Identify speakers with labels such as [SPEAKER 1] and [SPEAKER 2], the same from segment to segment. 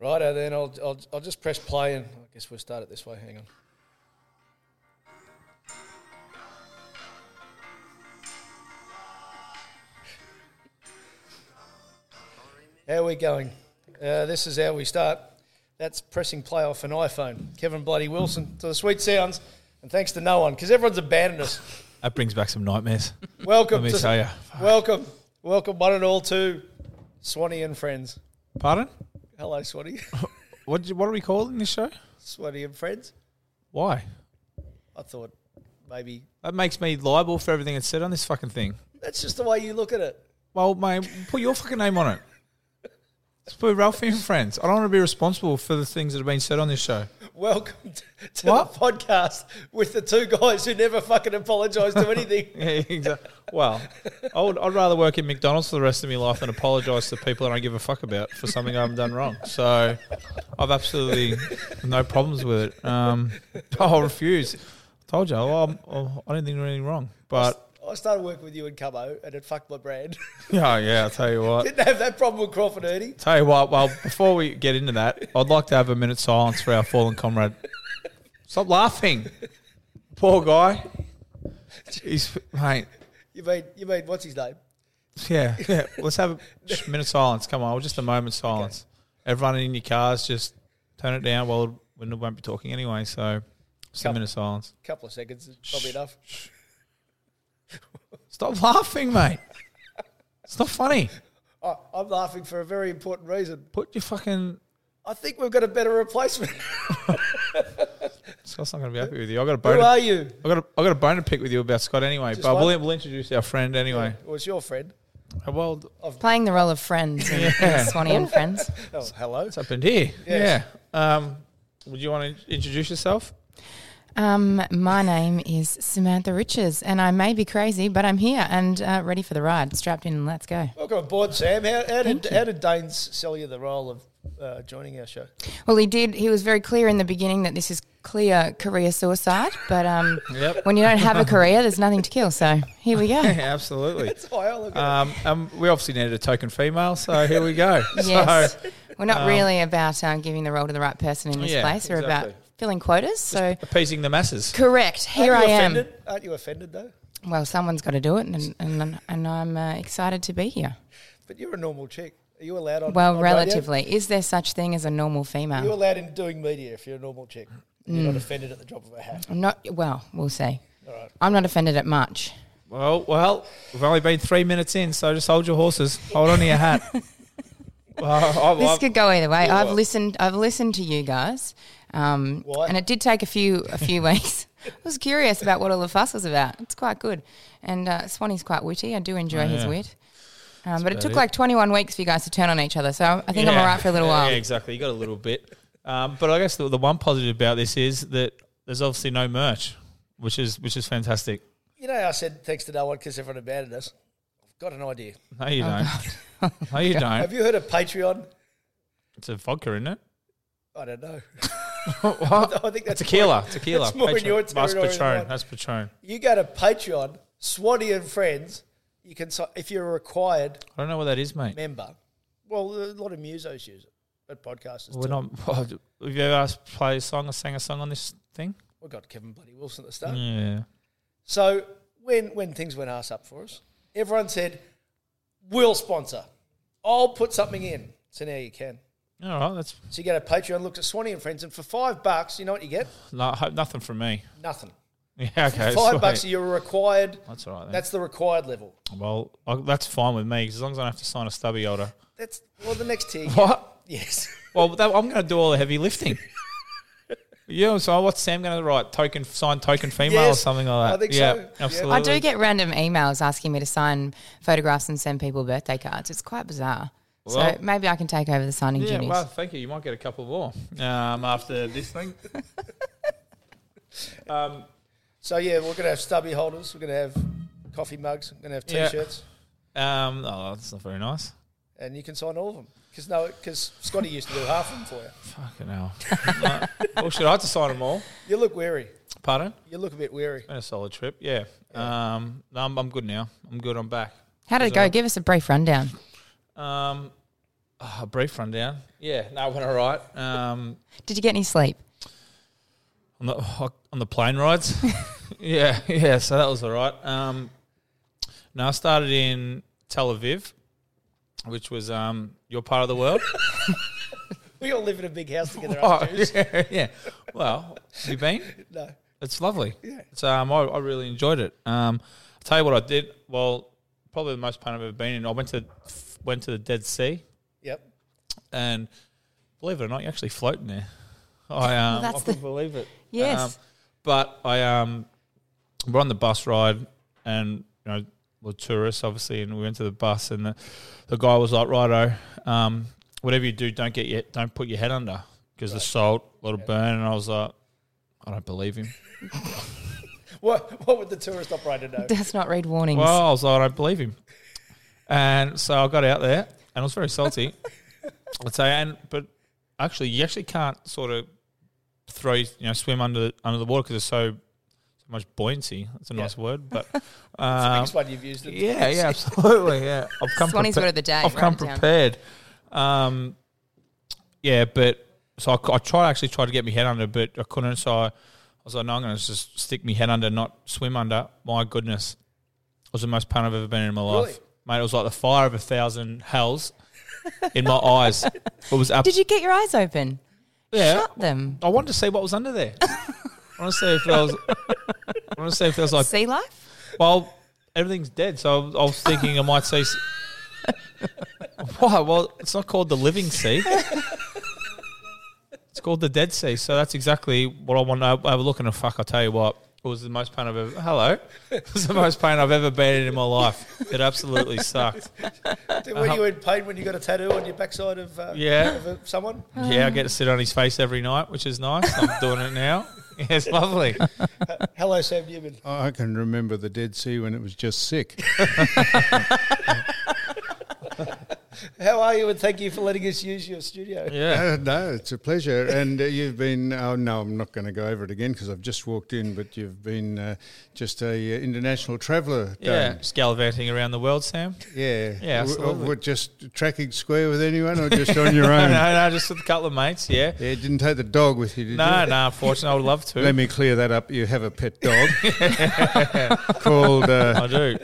[SPEAKER 1] Righto, then I'll, I'll, I'll just press play and I guess we'll start it this way. Hang on. How we going? Uh, this is how we start. That's pressing play off an iPhone. Kevin Bloody Wilson to the sweet sounds, and thanks to no one because everyone's abandoned us.
[SPEAKER 2] That brings back some nightmares.
[SPEAKER 1] Welcome,
[SPEAKER 2] Let me
[SPEAKER 1] to,
[SPEAKER 2] tell ya.
[SPEAKER 1] welcome, welcome, one and all to Swanee and friends.
[SPEAKER 2] Pardon?
[SPEAKER 1] Hello, Swanee,
[SPEAKER 2] What do- what are we calling this show?
[SPEAKER 1] Swanee and friends.
[SPEAKER 2] Why?
[SPEAKER 1] I thought maybe
[SPEAKER 2] That makes me liable for everything that's said on this fucking thing.
[SPEAKER 1] that's just the way you look at it.
[SPEAKER 2] Well, mate, put your fucking name on it. Let's put Ralphie and friends. I don't want to be responsible for the things that have been said on this show.
[SPEAKER 1] Welcome to, to
[SPEAKER 2] What?
[SPEAKER 1] the podcast with the two guys who never fucking apologise to anything.
[SPEAKER 2] Yeah, exactly. Well, I would, I'd rather work at McDonald's for the rest of my life than apologise to people I don't give a fuck about for something I haven't done wrong. So I've absolutely no problems with it. Um, I'll refuse. told you, I'm, I'm, I didn't think anything wrong. But,
[SPEAKER 1] I started working with you in Cubbo and it fucked my brand.
[SPEAKER 2] yeah, yeah, I'll tell you what.
[SPEAKER 1] Didn't have that problem with Crawford Ernie.
[SPEAKER 2] Tell you what, well, before we get into that, I'd like to have a minute's silence for our fallen comrade. Stop laughing. Poor guy. He's, mate,
[SPEAKER 1] You mean you mean what's his name?
[SPEAKER 2] yeah, yeah. Let's have a minute silence. Come on, just a moment's silence. Everyone in your cars, just turn it down. Well, we won't be talking anyway, so just a
[SPEAKER 1] Come-
[SPEAKER 2] minute silence.
[SPEAKER 1] couple of seconds is probably enough.
[SPEAKER 2] Stop laughing, mate. It's not funny.
[SPEAKER 1] I, I'm laughing for a very important reason.
[SPEAKER 2] Put your fucking.
[SPEAKER 1] I think we've got a better replacement.
[SPEAKER 2] Scott's not going to be happy with you. I got a bone.
[SPEAKER 1] Who
[SPEAKER 2] to-
[SPEAKER 1] are you?
[SPEAKER 2] I got a, I got a bone to pick with you about Scott anyway,
[SPEAKER 1] Just
[SPEAKER 2] but
[SPEAKER 1] one?
[SPEAKER 2] we'll, we'll introduce our friend anyway.
[SPEAKER 1] Well, it's your friend.
[SPEAKER 2] Uh, Well,
[SPEAKER 3] playing the role of friends in
[SPEAKER 2] Yeah.
[SPEAKER 3] Swanee and Friends.
[SPEAKER 1] Oh, hello.
[SPEAKER 2] What's happened here?
[SPEAKER 1] Yes.
[SPEAKER 2] Yeah. Um, would you want to introduce yourself?
[SPEAKER 3] Um, my name is Samantha Riches, and I may be crazy, but I'm here and uh, ready for the ride. Strapped in and let's go.
[SPEAKER 1] Welcome aboard, Sam. How, how did how did Danes sell you the role of uh, joining our show?
[SPEAKER 3] Well, he did. He was very clear in the beginning that this is clear career suicide, but um,
[SPEAKER 2] Yep.
[SPEAKER 3] when you don't have a career, there's nothing to kill. So here we go.
[SPEAKER 2] absolutely.
[SPEAKER 1] Oh, I look at it.
[SPEAKER 2] Um, um, we obviously needed a token female, so here we go.
[SPEAKER 3] Yes.
[SPEAKER 2] So
[SPEAKER 3] We're not really about um, giving the role to the right person in this
[SPEAKER 2] Yeah,
[SPEAKER 3] place. We're about
[SPEAKER 2] exactly.
[SPEAKER 3] filling quotas. So
[SPEAKER 2] appeasing the masses.
[SPEAKER 3] correct. Here I
[SPEAKER 1] Aren't you
[SPEAKER 3] am.
[SPEAKER 1] offended? Aren't you offended though?
[SPEAKER 3] Well, someone's got to do it, and and, and I'm uh, excited to be here.
[SPEAKER 1] But you're a normal chick. Are you allowed on?
[SPEAKER 3] Well,
[SPEAKER 1] on radio?
[SPEAKER 3] relatively. Is there such thing as a normal
[SPEAKER 1] You're
[SPEAKER 3] female?
[SPEAKER 1] allowed in doing media if you're a normal chick. You're
[SPEAKER 3] Mm.
[SPEAKER 1] not offended at the drop of a hat.
[SPEAKER 3] I'm not. Well, we'll see. I'm not offended at much.
[SPEAKER 2] Well, well, we've only been three minutes in, so just hold your horses. Hold on to your hat. Well, I- I-
[SPEAKER 3] This could go either way. I've listened. I've listened to you guys, um,
[SPEAKER 1] Why?
[SPEAKER 3] and it did take a few a few weeks. I was curious about what all the fuss was about. It's quite good, and uh, Swanee's quite witty. I do enjoy
[SPEAKER 4] Oh,
[SPEAKER 3] his
[SPEAKER 2] yeah.
[SPEAKER 3] wit. Um, but it
[SPEAKER 2] about
[SPEAKER 3] took
[SPEAKER 2] it.
[SPEAKER 3] like 21 weeks for you guys to turn on each other, so I think I'm
[SPEAKER 2] Yeah.
[SPEAKER 3] all right for a little
[SPEAKER 2] Yeah,
[SPEAKER 3] while.
[SPEAKER 2] Yeah, exactly. You got a little bit. Um, but I guess the, the one positive about this is that there's obviously no merch, which is which is fantastic.
[SPEAKER 1] You know, I said thanks to no one because everyone abandoned us. I've got an idea.
[SPEAKER 2] No, you
[SPEAKER 3] Oh,
[SPEAKER 2] don't. No, you don't.
[SPEAKER 1] Have you heard of Patreon?
[SPEAKER 2] It's a vodka, isn't it?
[SPEAKER 1] I don't know.
[SPEAKER 2] what?
[SPEAKER 1] I think that's
[SPEAKER 2] tequila.
[SPEAKER 1] more-
[SPEAKER 2] tequila.
[SPEAKER 1] that's more in your
[SPEAKER 2] Patron. That's
[SPEAKER 1] territory than
[SPEAKER 2] Patron.
[SPEAKER 1] mine.
[SPEAKER 2] That's Patron.
[SPEAKER 1] You go to Patreon, Swanee and friends. You can si- if you're a required
[SPEAKER 4] I don't know what that is, mate.
[SPEAKER 1] member. Well, a lot of musos use it, but podcasters
[SPEAKER 4] We're
[SPEAKER 1] too.
[SPEAKER 4] not. Have you ever asked to play a song or sang a song on this thing?
[SPEAKER 1] We got Kevin Bloody Wilson at the start.
[SPEAKER 4] Yeah.
[SPEAKER 1] So when when things went ass up for us, everyone said, "We'll sponsor. I'll put something in." So now you can.
[SPEAKER 4] All right. That's
[SPEAKER 1] So you go to Patreon, look at Swanee and Friends, and for five bucks, you know what you get?
[SPEAKER 4] no, ho- nothing from me.
[SPEAKER 1] Nothing.
[SPEAKER 4] Yeah. Okay.
[SPEAKER 1] Five bucks,
[SPEAKER 4] sweet.
[SPEAKER 1] you're required.
[SPEAKER 4] That's all right. Then.
[SPEAKER 1] That's the required level.
[SPEAKER 4] well, I, that's fine with me 'cause as long as I don't have to sign a stubby holder.
[SPEAKER 1] That's well, the next tier.
[SPEAKER 4] What?
[SPEAKER 1] Yes.
[SPEAKER 4] Well, that, I'm going to do all the heavy lifting. yeah. So what's Sam going to write? Token sign token female
[SPEAKER 1] Yes,
[SPEAKER 4] or something like
[SPEAKER 1] I
[SPEAKER 4] that.
[SPEAKER 1] think
[SPEAKER 4] yeah,
[SPEAKER 1] so. Yeah.
[SPEAKER 4] Absolutely.
[SPEAKER 2] I do get random emails asking me to sign photographs and send people birthday cards. It's quite bizarre.
[SPEAKER 4] Well-
[SPEAKER 2] so maybe I can take over the signing
[SPEAKER 4] Yeah.
[SPEAKER 2] duties.
[SPEAKER 4] Well, thank you. You might get a couple more um, after this thing.
[SPEAKER 1] So yeah, we're gonna have stubby holders. We're gonna have coffee mugs. We're gonna have
[SPEAKER 4] Yeah.
[SPEAKER 1] t-shirts,
[SPEAKER 4] Um, oh, that's not very nice.
[SPEAKER 1] and you can sign all of them. Because no, because Scotty used to do half of them for you.
[SPEAKER 4] Fucking hell. no. Well, should I have to sign them all?
[SPEAKER 1] You look weary.
[SPEAKER 4] Pardon? Uh,
[SPEAKER 1] You look a bit weary.
[SPEAKER 4] Been a solid trip, yeah. Um, no, I'm, I'm good now. I'm good. I'm back.
[SPEAKER 2] How did it go? Give us a brief rundown.
[SPEAKER 4] Um, ah, a brief rundown. Yeah, no, I went all right. Um,
[SPEAKER 2] Did you get any sleep?
[SPEAKER 4] on the on the plane rides. yeah, yeah. So that was all right. Um, no, I started in Tel Aviv, which was um, your part of the world.
[SPEAKER 1] We all live in a big house together.
[SPEAKER 4] oh,
[SPEAKER 1] aren't we?
[SPEAKER 4] yeah, yeah. Well, have you been?
[SPEAKER 1] No.
[SPEAKER 4] It's lovely. Yeah. It's, um, I, I really enjoyed it. Um, I'll tell you what I did. Well, probably the most pain I've ever been in. I went to went to the Dead Sea,
[SPEAKER 1] Yep.
[SPEAKER 4] and believe it or not, you're actually floating there. I um, I
[SPEAKER 2] that's
[SPEAKER 4] couldn't
[SPEAKER 2] the-
[SPEAKER 4] believe it.
[SPEAKER 2] Yes.
[SPEAKER 4] Um, but I um, we're on the bus ride, and you know we're tourists obviously, and we went to the bus, and the, the guy was like, "Righto, um, whatever you do, don't get your, don't put your head under because the salt, a little burn." And I was like, "I don't believe him."
[SPEAKER 1] What What would the tourist operator know?
[SPEAKER 2] Does not read warnings.
[SPEAKER 4] Well, I was like, I don't believe him. And so I got out there and I was very salty. I'd say, and but actually, you actually can't sort of throw, you know, swim under the, under the water because there's so, so much buoyancy. That's a nice word, but um,
[SPEAKER 1] Next one you've used it.
[SPEAKER 4] yeah, yeah, absolutely, yeah. I've come
[SPEAKER 2] Swanee's
[SPEAKER 4] prepa-
[SPEAKER 2] word of the day,
[SPEAKER 4] I've come
[SPEAKER 2] write it down.
[SPEAKER 4] prepared. Um, yeah, but so I, c- I tried actually tried to get my head under, but I couldn't. So I, I was like, no, I'm going to just stick my head under, not swim under. My goodness, it was the most pain I've ever been in my life,
[SPEAKER 1] Really?
[SPEAKER 4] mate. It was like the fire of a thousand hells in my eyes. It was up.
[SPEAKER 2] Did you get your eyes open?
[SPEAKER 4] Yeah.
[SPEAKER 2] Shut them.
[SPEAKER 4] I wanted to see what was under there. I want to see if there was. I want to see if there was like
[SPEAKER 2] Sea life?
[SPEAKER 4] well, everything's dead, so I was- I was thinking I might see. s- Why? Well, it's not called the Living Sea. It's called the Dead Sea. So that's exactly what I want to have a look. And fuck, I tell you what, it was the most pain I've ever. Hello, it was the most pain I've ever been in in my life. It absolutely sucked. Uh-huh.
[SPEAKER 1] Were you in pain when you got a tattoo on your backside of uh,
[SPEAKER 4] Yeah.
[SPEAKER 1] of a, someone?
[SPEAKER 4] Yeah, I get to sit on his face every night, which is nice. I'm doing it now. Yeah, it's lovely.
[SPEAKER 1] Hello, Sam Newman.
[SPEAKER 3] I can remember the Dead Sea when it was just sick.
[SPEAKER 1] How are you? And thank you for letting us use your studio.
[SPEAKER 4] Yeah.
[SPEAKER 3] Uh, no, it's a pleasure. And uh, you've been, oh no, I'm not going to go over it again because I've just walked in, but you've been uh, just a uh, international traveller.
[SPEAKER 4] Yeah,
[SPEAKER 3] Darren.
[SPEAKER 4] just gallivanting around the world, Sam.
[SPEAKER 3] Yeah.
[SPEAKER 4] Yeah,
[SPEAKER 3] W-
[SPEAKER 4] absolutely.
[SPEAKER 3] w- just tracking square with anyone or just on your own?
[SPEAKER 4] No, no, just with a couple of mates. Yeah,
[SPEAKER 3] Yeah, you didn't take the dog with you, did
[SPEAKER 4] no,
[SPEAKER 3] you?
[SPEAKER 4] no. Unfortunately, I would love to.
[SPEAKER 3] Let me clear that up. You have a pet dog called
[SPEAKER 4] I
[SPEAKER 3] uh,
[SPEAKER 4] do.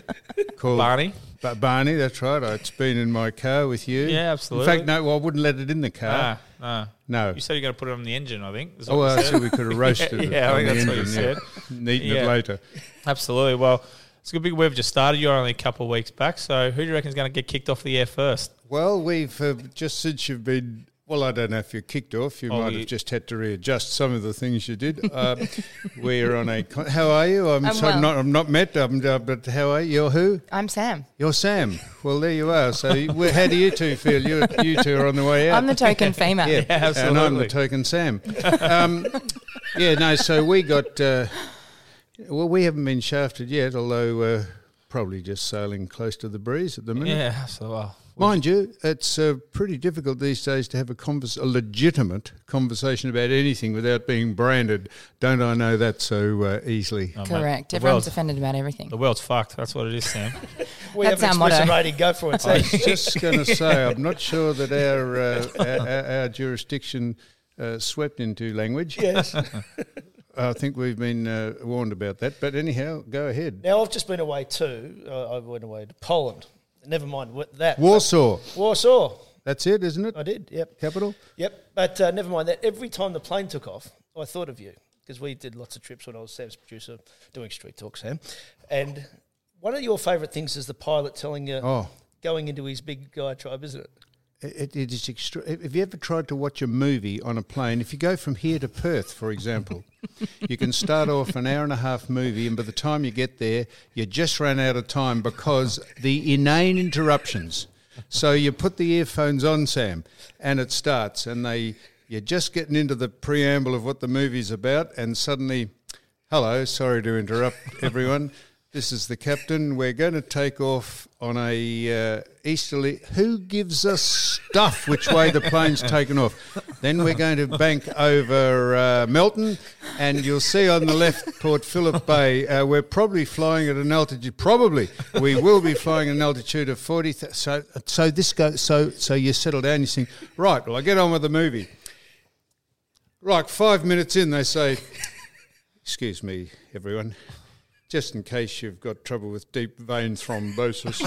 [SPEAKER 3] called
[SPEAKER 4] Barney.
[SPEAKER 3] Ba- Barney, that's right. It's been in my car with you.
[SPEAKER 4] Yeah, absolutely.
[SPEAKER 3] In fact, no, well, I wouldn't let it in the car.
[SPEAKER 4] Ah, ah.
[SPEAKER 3] No.
[SPEAKER 4] You said you're going to put it on the engine, I think. is
[SPEAKER 3] Oh,
[SPEAKER 4] what
[SPEAKER 3] well,
[SPEAKER 4] you said.
[SPEAKER 3] so we could have roasted it.
[SPEAKER 4] yeah, I
[SPEAKER 3] on
[SPEAKER 4] think
[SPEAKER 3] the
[SPEAKER 4] that's what you
[SPEAKER 3] engine, yeah. Eating
[SPEAKER 4] Yeah.
[SPEAKER 3] it later.
[SPEAKER 4] Absolutely. Well, it's a good big we've just started. You're only a couple of weeks back. So who do you reckon is going to get kicked off the air first?
[SPEAKER 3] Well, we've uh, just since you've been. Well, I don't know if you're kicked off. You
[SPEAKER 4] Oh,
[SPEAKER 3] might
[SPEAKER 4] we-
[SPEAKER 3] have just had to readjust some of the things you did. Uh, we're on a. Con- how are you? I'm,
[SPEAKER 2] I'm
[SPEAKER 3] so-
[SPEAKER 2] well.
[SPEAKER 3] not. I'm not met. I'm, uh, but how are you? You're who?
[SPEAKER 2] I'm Sam.
[SPEAKER 3] You're Sam. Well, there you are. So, you- well, how do you two feel? You, you two are on the way out.
[SPEAKER 2] I'm the token female.
[SPEAKER 3] yeah, and I'm
[SPEAKER 4] absolutely.
[SPEAKER 3] the token Sam. Um, yeah, no. So we got. Uh, well, we haven't been shafted yet, although uh, probably just sailing close to the breeze at the minute.
[SPEAKER 4] Yeah. So well, Mind you, it's uh, pretty difficult these days to have a, convers- a legitimate conversation about anything without being branded. Don't I know that so uh, easily?
[SPEAKER 5] Correct.
[SPEAKER 2] the
[SPEAKER 5] Everyone's
[SPEAKER 2] world.
[SPEAKER 5] offended about everything.
[SPEAKER 2] The world's fucked. That's what it is, Sam.
[SPEAKER 1] We
[SPEAKER 5] That's
[SPEAKER 1] have an
[SPEAKER 5] our
[SPEAKER 1] explicit
[SPEAKER 5] motto.
[SPEAKER 1] rating. Go for it.
[SPEAKER 4] I
[SPEAKER 1] Sam.
[SPEAKER 4] was just going to say, I'm not sure that our uh, our- our, our jurisdiction uh, swept into language.
[SPEAKER 1] yes.
[SPEAKER 4] I think we've been uh, warned about that. But anyhow, go ahead.
[SPEAKER 1] Now I've just been away too. Uh, I went away to Poland. Never mind what that.
[SPEAKER 4] Warsaw.
[SPEAKER 1] Warsaw.
[SPEAKER 4] That's it, isn't it?
[SPEAKER 1] I did. Yep.
[SPEAKER 4] Capital.
[SPEAKER 1] Yep. But uh, never mind that. Every time the plane took off, I thought of you because we did lots of trips when I was Sam's producer doing Street Talk, Sam. And uh, one of your favourite things is the pilot telling you
[SPEAKER 4] Oh.
[SPEAKER 1] going into his big guy tribe, isn't it?
[SPEAKER 4] It, it is extra- Have you ever tried to watch a movie on a plane? If you go from here to Perth, for example, you can start off an hour and a half movie, and by the time you get there, you just ran out of time because the inane interruptions. So you put the earphones on, Sam, and it starts, and they you're just getting into the preamble of what the movie's about, and suddenly, hello, sorry to interrupt everyone. This is the captain. We're going to take off on a uh, easterly. Who gives us stuff which way the plane's taken off? Then we're going to bank over uh, Melton, and you'll see on the left Port Phillip Bay. Uh, we're probably flying at an altitude. Probably we will be flying at an altitude of forty. Th- so, so this goes. So, so you settle down. You think, right? Well, I get on with the movie. Right, five minutes in, they say, Excuse me, everyone. Just in case you've got trouble with deep vein thrombosis,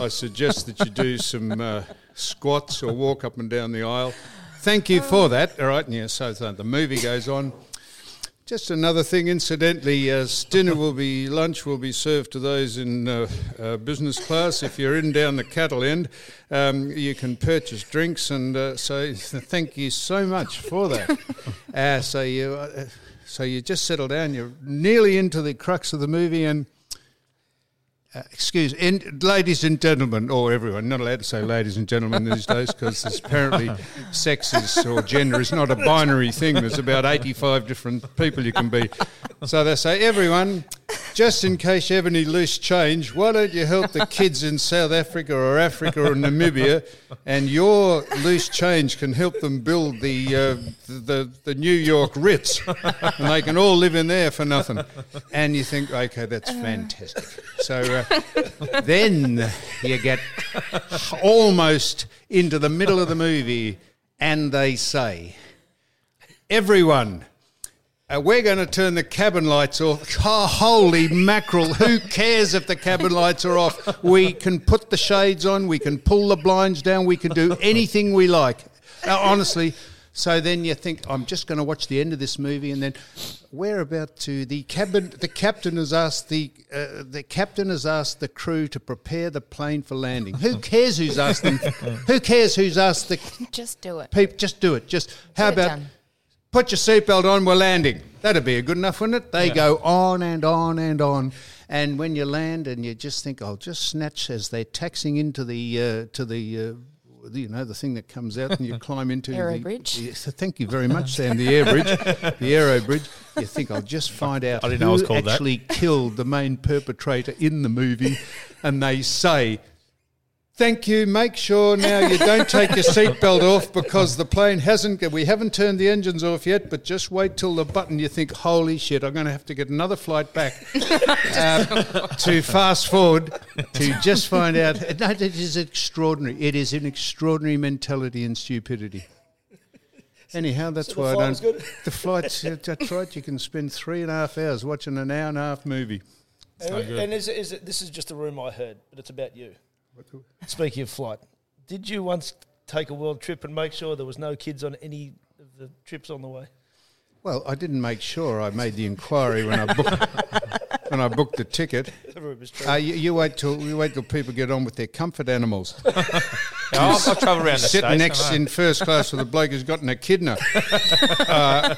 [SPEAKER 4] I suggest that you do some uh, squats or walk up and down the aisle. Thank you for that. All right, and yeah, so, so the movie goes on. Just another thing, incidentally, uh, dinner will be lunch will be served to those in uh, uh, business class. If you're in down the cattle end, um, you can purchase drinks, and uh, so thank you so much for that. Uh, so you, uh, so you just settle down. You're nearly into the crux of the movie, and uh, excuse, and ladies and gentlemen, or everyone, not allowed to say ladies and gentlemen these days because apparently sex is, or gender is not a binary thing. There's about 85 different people you can be. So they say, everyone, just in case you have any loose change, why don't you help the kids in South Africa or Africa or Namibia, and your loose change can help them build the, uh, the, the New York Ritz, and they can all live in there for nothing. And you think, okay, that's fantastic. So uh, then you get almost into the middle of the movie, and they say, Everyone, uh, we're going to turn the cabin lights off. Oh, holy mackerel, who cares if the cabin lights are off? We can put the shades on, we can pull the blinds down, we can do anything we like. Uh, honestly. So then you think I'm just going to watch the end of this movie, and then we're about to the cabin. The captain has asked the uh, the captain has asked the crew to prepare the plane for landing. Who cares who's asked them? Who cares who's asked the
[SPEAKER 5] Just do it.
[SPEAKER 4] people? Just do it. Just how
[SPEAKER 5] Get it
[SPEAKER 4] about
[SPEAKER 5] done.
[SPEAKER 4] put your seatbelt on, we're landing. That'd be a good enough, wouldn't it? They go on and on and on. And when you land and you just think, I'll just snatch as they're taxing into the, uh, to the, uh, the- you know, the thing that comes out and you climb into
[SPEAKER 5] Aero
[SPEAKER 4] the,
[SPEAKER 5] bridge.
[SPEAKER 4] the- so thank you very much, Sam. The air bridge, the aero bridge. You think I'll just find out
[SPEAKER 2] I didn't
[SPEAKER 4] who
[SPEAKER 2] know it was called that.
[SPEAKER 4] actually killed the main perpetrator in the movie, and they say Thank you. Make sure now you don't take your seatbelt off because the plane hasn't. We haven't turned the engines off yet, but just wait till the button. You think, holy shit, I'm going to have to get another flight back um, to fast forward to just find out. No, it is extraordinary. It is an extraordinary mentality and stupidity. Anyhow, that's
[SPEAKER 1] So the
[SPEAKER 4] why I
[SPEAKER 1] flight
[SPEAKER 4] don't.
[SPEAKER 1] was good?
[SPEAKER 4] The flights. That's right. You can spend three and a half hours watching an hour and a half movie.
[SPEAKER 1] And, and is, it- is it, this is just a rumor I heard, but it's about you. Speaking of flight, did you once take a world trip and make sure there was no kids on any of the trips on the way?
[SPEAKER 4] Well, I didn't make sure. I made the inquiry when I booked when I booked the ticket.
[SPEAKER 1] The rumor's true.
[SPEAKER 4] Uh, you, you wait till you wait till people get on with their comfort animals.
[SPEAKER 2] Yeah, I'll, I'll travel around the
[SPEAKER 4] Sitting
[SPEAKER 2] States,
[SPEAKER 4] next
[SPEAKER 2] I know.
[SPEAKER 4] in first class with a bloke who's got an echidna uh,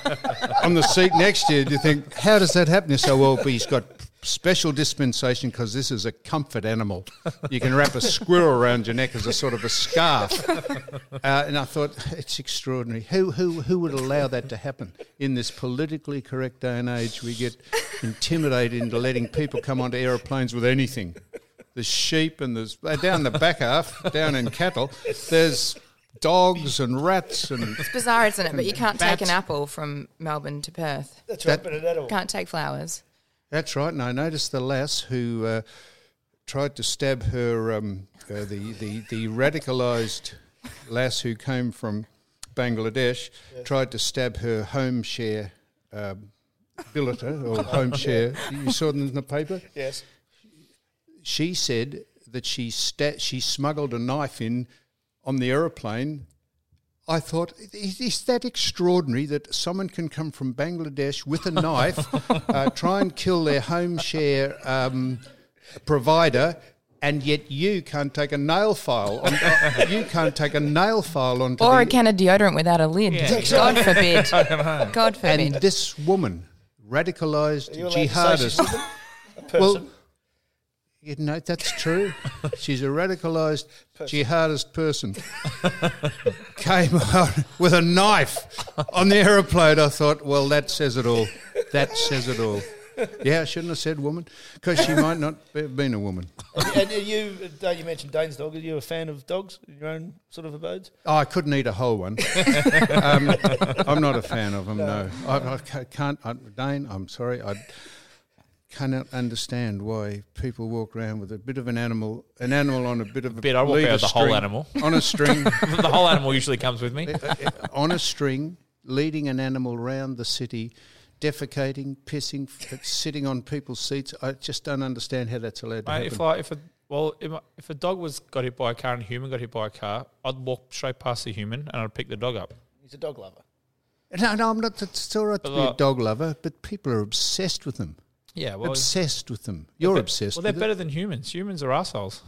[SPEAKER 4] on the seat next to you, do you think how does that happen? You say, well, but he's got special dispensation because this is a comfort animal. You can wrap a squirrel around your neck as a sort of a scarf. Uh, and I thought it's extraordinary. Who who who would allow that to happen in this politically correct day and age? We get intimidated into letting people come onto aeroplanes with anything. there's sheep and there's uh, down the back half, down in cattle, there's dogs and rats and
[SPEAKER 5] It's bizarre, isn't it? But you can't take
[SPEAKER 4] Bats.
[SPEAKER 5] an apple from Melbourne to Perth.
[SPEAKER 1] That's right,
[SPEAKER 4] That-
[SPEAKER 1] but an edible.
[SPEAKER 5] Can't take flowers.
[SPEAKER 4] That's right, and I noticed the lass who uh, tried to stab her um, uh, the the the radicalised lass who came from Bangladesh tried to stab her home share um, billeter or home share. You saw them in the paper.
[SPEAKER 1] Yes.
[SPEAKER 4] She said that she sta- she smuggled a knife in on the aeroplane. I thought, is, is that extraordinary that someone can come from Bangladesh with a knife, uh, try and kill their home share um, provider, and yet you can't take a nail file. On, uh, you can't take a nail file onto
[SPEAKER 5] Or
[SPEAKER 4] the,
[SPEAKER 5] a can of deodorant without a lid. God forbid. God
[SPEAKER 4] And
[SPEAKER 5] forbid.
[SPEAKER 4] this woman, radicalised
[SPEAKER 1] you allowed to say she's
[SPEAKER 4] jihadist.
[SPEAKER 1] Person.
[SPEAKER 4] you know, that's true. She's a radicalised jihadist person. Came out with a knife on the aeroplane. I thought, well, that says it all. That says it all. Yeah, I shouldn't have said woman because she might not be- have been a woman.
[SPEAKER 1] and are you, uh, you mentioned Dane's dog. Are you a fan of dogs in your own sort of abodes?
[SPEAKER 4] Oh, I couldn't eat a whole one. um, I'm not a fan of them. No, I, I ca- can't. I, Dane, I'm sorry. I cannot understand why people walk around with a bit of an animal, an animal on a bit of a
[SPEAKER 2] Bit, I walk around
[SPEAKER 4] leader
[SPEAKER 2] with the whole
[SPEAKER 4] string-
[SPEAKER 2] animal.
[SPEAKER 4] on a string,
[SPEAKER 2] the whole animal usually comes with me.
[SPEAKER 4] on a string, leading an animal round the city, defecating, pissing, f- sitting on people's seats. I just don't understand how that's allowed to
[SPEAKER 2] Mate,
[SPEAKER 4] happen.
[SPEAKER 2] if I, if a well, if, a- if a dog was got hit by a car and a human got hit by a car, I'd walk straight past the human and I'd pick the dog up.
[SPEAKER 1] He's a dog lover.
[SPEAKER 4] no, no, I'm not. It's all right to be a
[SPEAKER 2] Well,
[SPEAKER 4] dog lover, but people are obsessed with them.
[SPEAKER 2] Yeah, well,
[SPEAKER 4] obsessed with them. You're obsessed.
[SPEAKER 2] Well, they're
[SPEAKER 4] with
[SPEAKER 2] better
[SPEAKER 4] It.
[SPEAKER 2] than humans. Humans are assholes.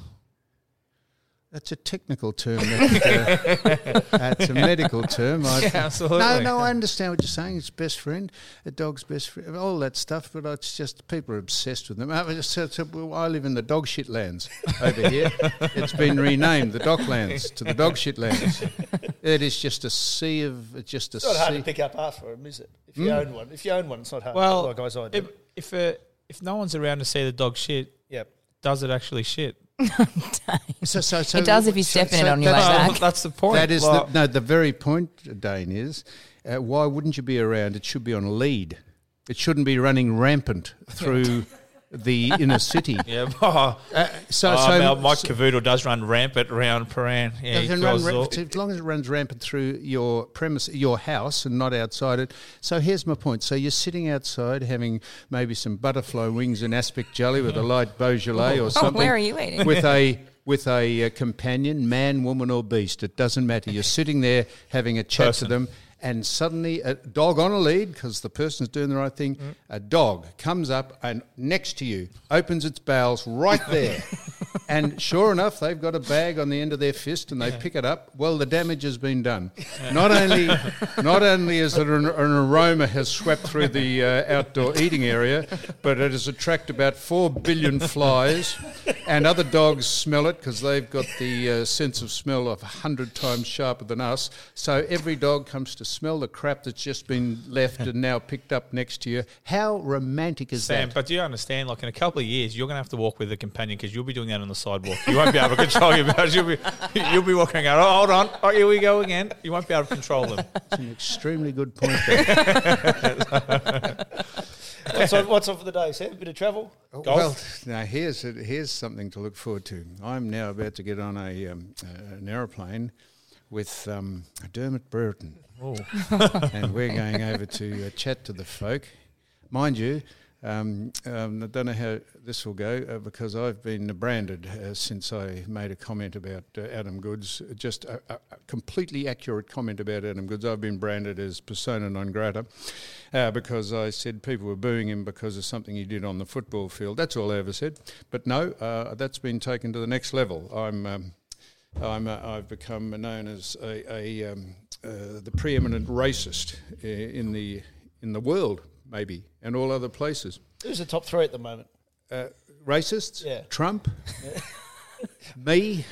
[SPEAKER 4] That's a technical term. That's, uh, that's a medical term. I,
[SPEAKER 2] Yeah, absolutely.
[SPEAKER 4] No, no, I understand what you're saying. It's best friend, a dog's best friend, all that stuff. But it's just people are obsessed with them. I, was just- so- so- well, I live in the dog shit lands over here. it's been renamed the Docklands to the dog shit lands. It is just a sea of it's just a
[SPEAKER 1] It's not hard
[SPEAKER 4] sea.
[SPEAKER 1] to pick up after him, is it? If you own one. If you own one, it's not hard.
[SPEAKER 2] Hmm? Well,
[SPEAKER 1] like as I do.
[SPEAKER 2] if if, uh, if no one's around to see the dog shit,
[SPEAKER 1] yep.
[SPEAKER 2] does it actually shit?
[SPEAKER 4] So, so, so,
[SPEAKER 5] It does if you step in it on your
[SPEAKER 4] that's-
[SPEAKER 5] way back.
[SPEAKER 2] Well, that's the point.
[SPEAKER 4] That is
[SPEAKER 2] Like,
[SPEAKER 4] the, no. The very point, Dane, is uh, why wouldn't you be around? It should be on a lead. It shouldn't be running rampant through the inner city.
[SPEAKER 2] yeah. Oh,
[SPEAKER 4] Uh, so,
[SPEAKER 2] oh,
[SPEAKER 4] so,
[SPEAKER 2] Mel- Mike
[SPEAKER 4] so-
[SPEAKER 2] Cavoodle does run rampant round Paran. Yeah, he
[SPEAKER 4] it can run
[SPEAKER 2] causes
[SPEAKER 4] ra-
[SPEAKER 2] all-
[SPEAKER 4] as long as it runs rampant through your premise, your house, and not outside it. So here's my point. So you're sitting outside having maybe some butterfly wings and aspic jelly with a
[SPEAKER 2] Mm-hmm.
[SPEAKER 4] light Beaujolais or something.
[SPEAKER 5] Oh, where are you eating?
[SPEAKER 4] With a with a uh, companion, man, woman, or beast. It doesn't matter. You're sitting there having a chat
[SPEAKER 2] Person.
[SPEAKER 4] to them. And suddenly, a dog on a lead because the person's doing the right thing. A dog comes up and next to you opens its bowels right there, and sure enough, they've got a bag on the end of their fist and they pick it up. Well, the damage has been done. Not only, not only is it an, an aroma has swept through the uh, outdoor eating area, but it has attracted about four billion flies, and other dogs smell it because they've got the uh, sense of smell of a hundred times sharper than us. So every dog comes to smell the crap that's just been left and now picked up next to you. How romantic is
[SPEAKER 2] Sam,
[SPEAKER 4] that?
[SPEAKER 2] but do you understand? Like in a couple of years, you're going to have to walk with a companion because you'll be doing that on the sidewalk. You won't be able to control your bowels. You'll be, you'll be walking out. Oh, hold on. Oh, here we go again. You won't be able to control them.
[SPEAKER 4] That's an extremely good point. there.
[SPEAKER 1] What's on, what's on for the day, Sam? bit of travel?
[SPEAKER 4] Well, now here's a, here's something to look forward to. I'm now about to get on a um, uh, an aeroplane with um, Dermot Brereton, and we're going over to uh, chat to the folk. Mind you, um, um, I don't know how this will go uh, because I've been branded uh, since I made a comment about uh, Adam Goods, just a, a a completely accurate comment about Adam Goods. I've been branded as persona non grata uh, because I said people were booing him because of something he did on the football field. That's all I ever said. But no, uh, that's been taken to the next level. I'm. Um, I'm a, I've become known as a, a um, uh, the preeminent racist i- in the in the world, maybe, and all other places. Uh,
[SPEAKER 1] Who's the top three at the moment?
[SPEAKER 4] Racists,
[SPEAKER 1] Yeah.
[SPEAKER 4] Trump, me.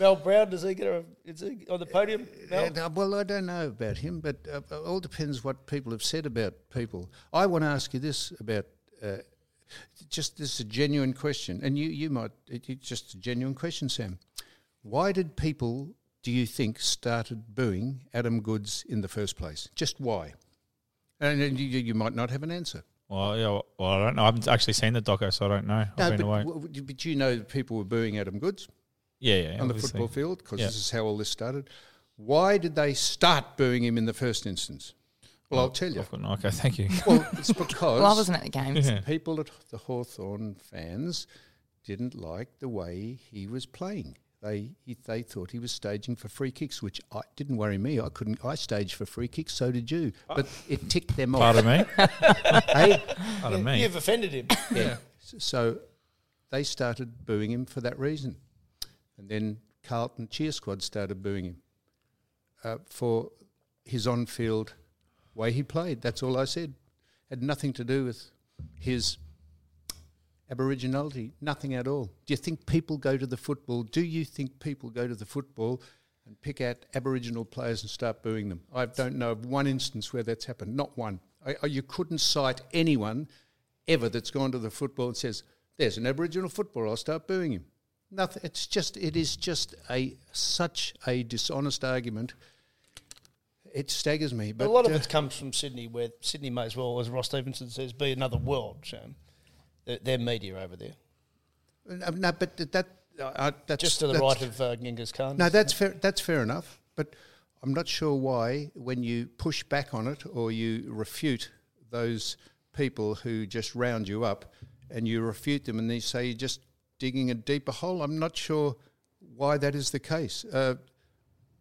[SPEAKER 1] Mel Brown, does he get a, is he on the podium? Mel?
[SPEAKER 4] And, uh, well, I don't know about him, but uh, it all depends what people have said about people. I want to ask you this about uh, Just this is a genuine question, and you you might it, it's just a genuine question, Sam. Why did people do you think started booing Adam Goods in the first place? Just why? And, and you, you might not have an answer.
[SPEAKER 2] Well, yeah. Well, I don't know. I haven't actually seen the doco, so I don't know. I've
[SPEAKER 4] but,
[SPEAKER 2] been away.
[SPEAKER 4] w- w- but you know that people were booing Adam Goods
[SPEAKER 2] yeah, yeah.
[SPEAKER 4] on the
[SPEAKER 2] obviously.
[SPEAKER 4] football field because
[SPEAKER 2] Yeah.
[SPEAKER 4] this is how all this started. Why did they start booing him in the first instance? Well, I'll tell you.
[SPEAKER 2] I've got no- Okay, thank you.
[SPEAKER 4] Well, it's because
[SPEAKER 5] Well, I wasn't at the games.
[SPEAKER 2] Yeah.
[SPEAKER 4] people at the Hawthorn fans didn't like the way he was playing. They he, they thought he was staging for free kicks, which I, didn't worry me. I couldn't. I staged for free kicks, so did you. But it ticked them off.
[SPEAKER 2] Pardon me.
[SPEAKER 4] Hey,
[SPEAKER 2] Pardon me.
[SPEAKER 1] You've offended him.
[SPEAKER 4] yeah. So they started booing him for that reason, and then Carlton cheer squad started booing him uh, for his on-field way he played. That's all I said. Had nothing to do with his aboriginality. Nothing at all. Do you think people go to the football? Do you think people go to the football? And pick out Aboriginal players and start booing them. I don't know of one instance where that's happened. Not one. I, I, you couldn't cite anyone ever that's gone to the football and says, "There's an Aboriginal footballer," I'll start booing him. Nothing. It's just. It is just a such a dishonest argument. It staggers me. But
[SPEAKER 1] a lot of
[SPEAKER 4] uh,
[SPEAKER 1] it comes from Sydney, where Sydney may as well, as Ross Stevenson says, be another world, Shane. Their, their media over there.
[SPEAKER 4] no, no, but th- that I I- that's
[SPEAKER 1] Just to the
[SPEAKER 4] that's-
[SPEAKER 1] right of uh, Genghis Khan.
[SPEAKER 4] No, that's fair. That's fair enough. But I'm not sure why, when you push back on it or you refute those people who just round you up, and you refute them, and they say you're just digging a deeper hole. I'm not sure why that is the case. Uh,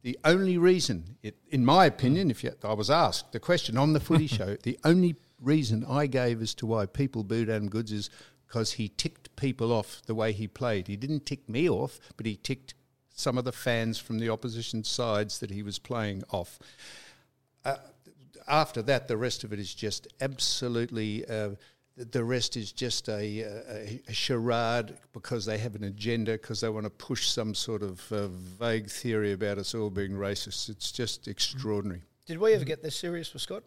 [SPEAKER 4] the only reason, it, in my opinion, if you, I was asked the question on the Footy Show, the only reason I gave as to why people booed Adam Goods is because he ticked people off the way he played. He didn't tick me off, but he ticked some of the fans from the opposition sides that he was playing off. Uh, after that, the rest of it is just absolutely. Uh, th- the rest is just a, a, a charade because they have an agenda because they want to push some sort of uh, vague theory about us all being racist. It's just extraordinary.
[SPEAKER 1] Did we ever get this serious with Scott?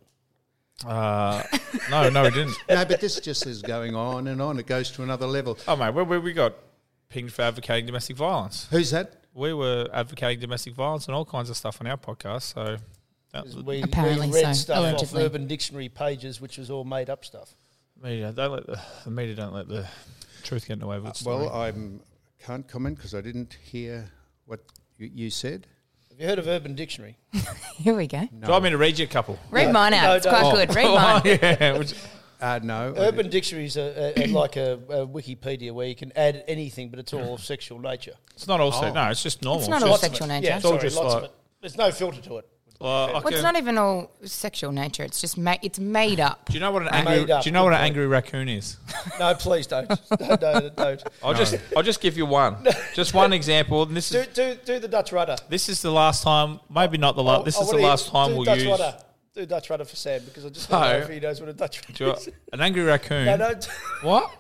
[SPEAKER 2] Uh, no, no, we didn't.
[SPEAKER 4] no, but this just is going on and on. It goes to another level.
[SPEAKER 2] Oh mate, we, we, we got pinged for advocating domestic violence.
[SPEAKER 4] Who's that?
[SPEAKER 2] We were advocating domestic violence and all kinds of stuff on our podcast. So that,
[SPEAKER 1] We,
[SPEAKER 5] Apparently
[SPEAKER 1] we read
[SPEAKER 5] so,
[SPEAKER 1] stuff off
[SPEAKER 5] allegedly.
[SPEAKER 1] Urban Dictionary pages, which was all made up stuff.
[SPEAKER 2] media don't let the, the media don't let the truth get in the way of its story.
[SPEAKER 4] Uh, Well, I can't comment because I didn't hear what you, you said.
[SPEAKER 1] Have you heard of Urban Dictionary?
[SPEAKER 5] Here we go.
[SPEAKER 2] Do you want me to read you a couple?
[SPEAKER 5] Read mine out.
[SPEAKER 1] No,
[SPEAKER 5] it's
[SPEAKER 1] don't.
[SPEAKER 5] quite
[SPEAKER 1] Oh.
[SPEAKER 5] good. Read mine.
[SPEAKER 2] yeah, which-
[SPEAKER 4] Uh, no. I
[SPEAKER 1] Urban Dictionary is a, a, a- like a, a Wikipedia where you can add anything, but it's all of sexual nature.
[SPEAKER 2] it's not also no, it's just normal.
[SPEAKER 5] It's not
[SPEAKER 2] just-
[SPEAKER 5] all sexual nature.
[SPEAKER 1] Yeah,
[SPEAKER 2] all
[SPEAKER 1] sorry,
[SPEAKER 2] just
[SPEAKER 1] lots of
[SPEAKER 2] like-
[SPEAKER 1] it. There's no filter to it.
[SPEAKER 2] Well, I
[SPEAKER 5] Well, it's
[SPEAKER 2] can-
[SPEAKER 5] not even all sexual nature. It's just ma- it's made up.
[SPEAKER 2] do you know what an angry?
[SPEAKER 1] Made up.
[SPEAKER 2] Do you know what an
[SPEAKER 1] Good point.
[SPEAKER 2] angry raccoon is?
[SPEAKER 1] No, please don't. don't, don't, don't.
[SPEAKER 2] I'll just I'll just give you one, just one example. And this
[SPEAKER 1] Do,
[SPEAKER 2] is
[SPEAKER 1] do, do the Dutch rudder.
[SPEAKER 2] this is the last time, maybe not the
[SPEAKER 1] I-
[SPEAKER 2] last. This
[SPEAKER 1] I
[SPEAKER 2] is the
[SPEAKER 1] wanna hear-
[SPEAKER 2] last time
[SPEAKER 1] do
[SPEAKER 2] we'll
[SPEAKER 1] Dutch
[SPEAKER 2] use.
[SPEAKER 1] rudder. Do Dutch rudder for Sam because I just don't know
[SPEAKER 2] No.
[SPEAKER 1] if he knows what a Dutch
[SPEAKER 2] Do
[SPEAKER 1] rudder
[SPEAKER 2] you-
[SPEAKER 1] is.
[SPEAKER 2] an angry raccoon.
[SPEAKER 1] No, don't.
[SPEAKER 2] What?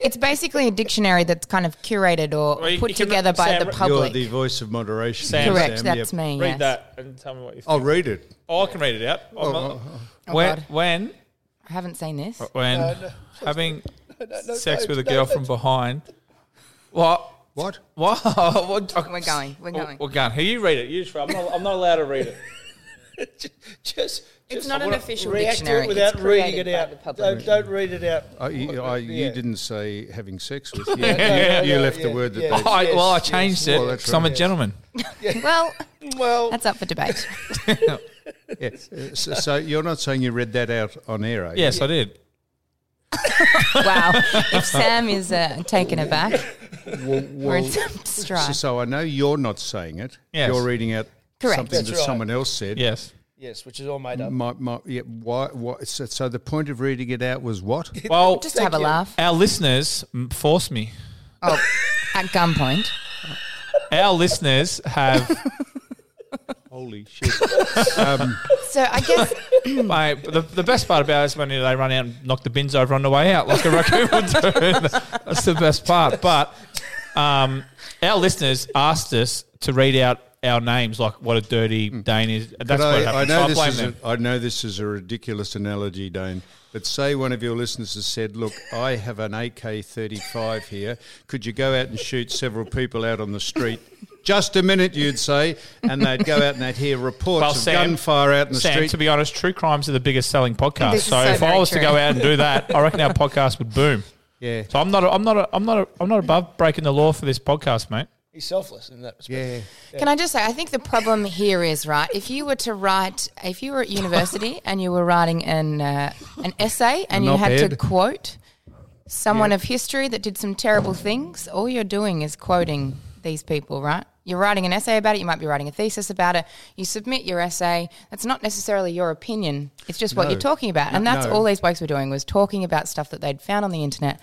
[SPEAKER 5] It's basically a dictionary that's kind of curated or
[SPEAKER 2] Well, you-
[SPEAKER 5] put
[SPEAKER 2] you can-
[SPEAKER 5] together by
[SPEAKER 2] Sam,
[SPEAKER 5] the
[SPEAKER 2] you're
[SPEAKER 4] You're
[SPEAKER 5] public.
[SPEAKER 4] the voice of moderation.
[SPEAKER 2] Sam.
[SPEAKER 5] Correct.
[SPEAKER 4] Sam,
[SPEAKER 5] that's
[SPEAKER 4] yep.
[SPEAKER 5] me.
[SPEAKER 2] Read
[SPEAKER 5] yes.
[SPEAKER 2] that Uh, and tell me what you think.
[SPEAKER 4] I'll read it.
[SPEAKER 2] Oh, I can read it out. I'm not-
[SPEAKER 5] oh,
[SPEAKER 2] when
[SPEAKER 5] God.
[SPEAKER 2] when
[SPEAKER 5] I haven't seen this.
[SPEAKER 2] when having
[SPEAKER 1] no,
[SPEAKER 2] sex
[SPEAKER 1] no,
[SPEAKER 2] with a
[SPEAKER 1] no,
[SPEAKER 2] girl from behind. What?
[SPEAKER 4] What?
[SPEAKER 2] What? what?
[SPEAKER 5] We're going. We're
[SPEAKER 2] Oh,
[SPEAKER 5] going.
[SPEAKER 2] We're going. Here, you read it. You just read. it. I'm not, I'm not allowed to read it.
[SPEAKER 5] It's
[SPEAKER 1] just, just
[SPEAKER 5] not an
[SPEAKER 2] wanna
[SPEAKER 5] official
[SPEAKER 1] react
[SPEAKER 5] dictionary.
[SPEAKER 1] to it
[SPEAKER 5] It's
[SPEAKER 1] without reading
[SPEAKER 5] created
[SPEAKER 1] it
[SPEAKER 5] by
[SPEAKER 1] out.
[SPEAKER 5] the public.
[SPEAKER 1] Don't, don't read it out.
[SPEAKER 3] Uh,
[SPEAKER 4] I, you, I, you
[SPEAKER 1] Yeah.
[SPEAKER 4] didn't say having sex with. You,
[SPEAKER 1] yeah,
[SPEAKER 4] you
[SPEAKER 1] yeah,
[SPEAKER 4] left the
[SPEAKER 1] yeah,
[SPEAKER 4] word that
[SPEAKER 1] yeah.
[SPEAKER 4] they.
[SPEAKER 2] Oh, I,
[SPEAKER 1] Yes,
[SPEAKER 2] well, I
[SPEAKER 1] yes.
[SPEAKER 2] changed it
[SPEAKER 4] Well, that's
[SPEAKER 2] because I'm a
[SPEAKER 4] right.
[SPEAKER 2] gentleman.
[SPEAKER 5] Well,
[SPEAKER 1] Well,
[SPEAKER 5] that's up for debate.
[SPEAKER 4] Yeah.
[SPEAKER 3] Uh,
[SPEAKER 4] So, so you're not saying you read that out on air, are you?
[SPEAKER 2] Yes, I did.
[SPEAKER 5] wow. If Sam is uh, taken aback,
[SPEAKER 4] Well,
[SPEAKER 5] we're in
[SPEAKER 4] well,
[SPEAKER 5] some
[SPEAKER 4] so,
[SPEAKER 5] strife.
[SPEAKER 4] so I know you're not saying it.
[SPEAKER 2] Yes.
[SPEAKER 4] You're reading out
[SPEAKER 5] Correct.
[SPEAKER 4] something
[SPEAKER 1] That's
[SPEAKER 4] that
[SPEAKER 1] right.
[SPEAKER 4] someone else said.
[SPEAKER 2] Yes.
[SPEAKER 1] yes, which is all made up.
[SPEAKER 4] My, my, yeah, why, why, so, so the point of reading it out was what?
[SPEAKER 2] Well,
[SPEAKER 5] Just to have a laugh.
[SPEAKER 2] our listeners m- forced me.
[SPEAKER 5] Oh, at gunpoint.
[SPEAKER 2] Our listeners have.
[SPEAKER 4] Holy shit.
[SPEAKER 5] So I guess
[SPEAKER 2] Mate, the, the best part about it is when they run out and knock the bins over on the way out, like a raccoon would do. That's the best part. But um, our listeners asked us to read out
[SPEAKER 4] our names, like what a dirty Dane is. That's
[SPEAKER 3] Mm. But
[SPEAKER 4] what
[SPEAKER 3] I, I
[SPEAKER 4] happens.
[SPEAKER 3] know
[SPEAKER 4] so I blame
[SPEAKER 3] this is
[SPEAKER 4] them.
[SPEAKER 3] a, I know this is a ridiculous analogy, Dane. But say one of your listeners has said, "Look, I have an AK-35 here. Could you go out and shoot several people out on the street?" Just a minute, you'd say, and they'd go out and they'd hear reports
[SPEAKER 4] Well,
[SPEAKER 3] of
[SPEAKER 4] Sam-
[SPEAKER 3] gunfire out in the
[SPEAKER 4] Sam,
[SPEAKER 3] street.
[SPEAKER 4] to be honest, true crimes are the biggest selling podcast.
[SPEAKER 2] This is
[SPEAKER 4] So,
[SPEAKER 2] so
[SPEAKER 4] if I
[SPEAKER 2] very
[SPEAKER 4] was to
[SPEAKER 2] true.
[SPEAKER 4] go out and do that, I reckon our podcast would boom.
[SPEAKER 3] yeah,
[SPEAKER 4] So I'm not, I'm not, I'm not, I'm not above breaking the law for this podcast, mate.
[SPEAKER 1] He's selfless in that respect.
[SPEAKER 3] yeah.
[SPEAKER 2] Can I just say, I think the problem here is right. If you were to write, if you were at university and you were writing an uh, an essay and
[SPEAKER 3] An
[SPEAKER 2] you had to
[SPEAKER 3] op-ed.
[SPEAKER 2] quote someone of history that did some terrible things, all you're doing is quoting these people, right? You're writing an essay about it. You might be writing a thesis about it. You submit your essay. That's not necessarily your opinion. It's just what
[SPEAKER 3] No.
[SPEAKER 2] you're talking about, and
[SPEAKER 3] No,
[SPEAKER 2] that's
[SPEAKER 3] no.
[SPEAKER 2] all these blokes were doing was talking about stuff that they'd found on the internet.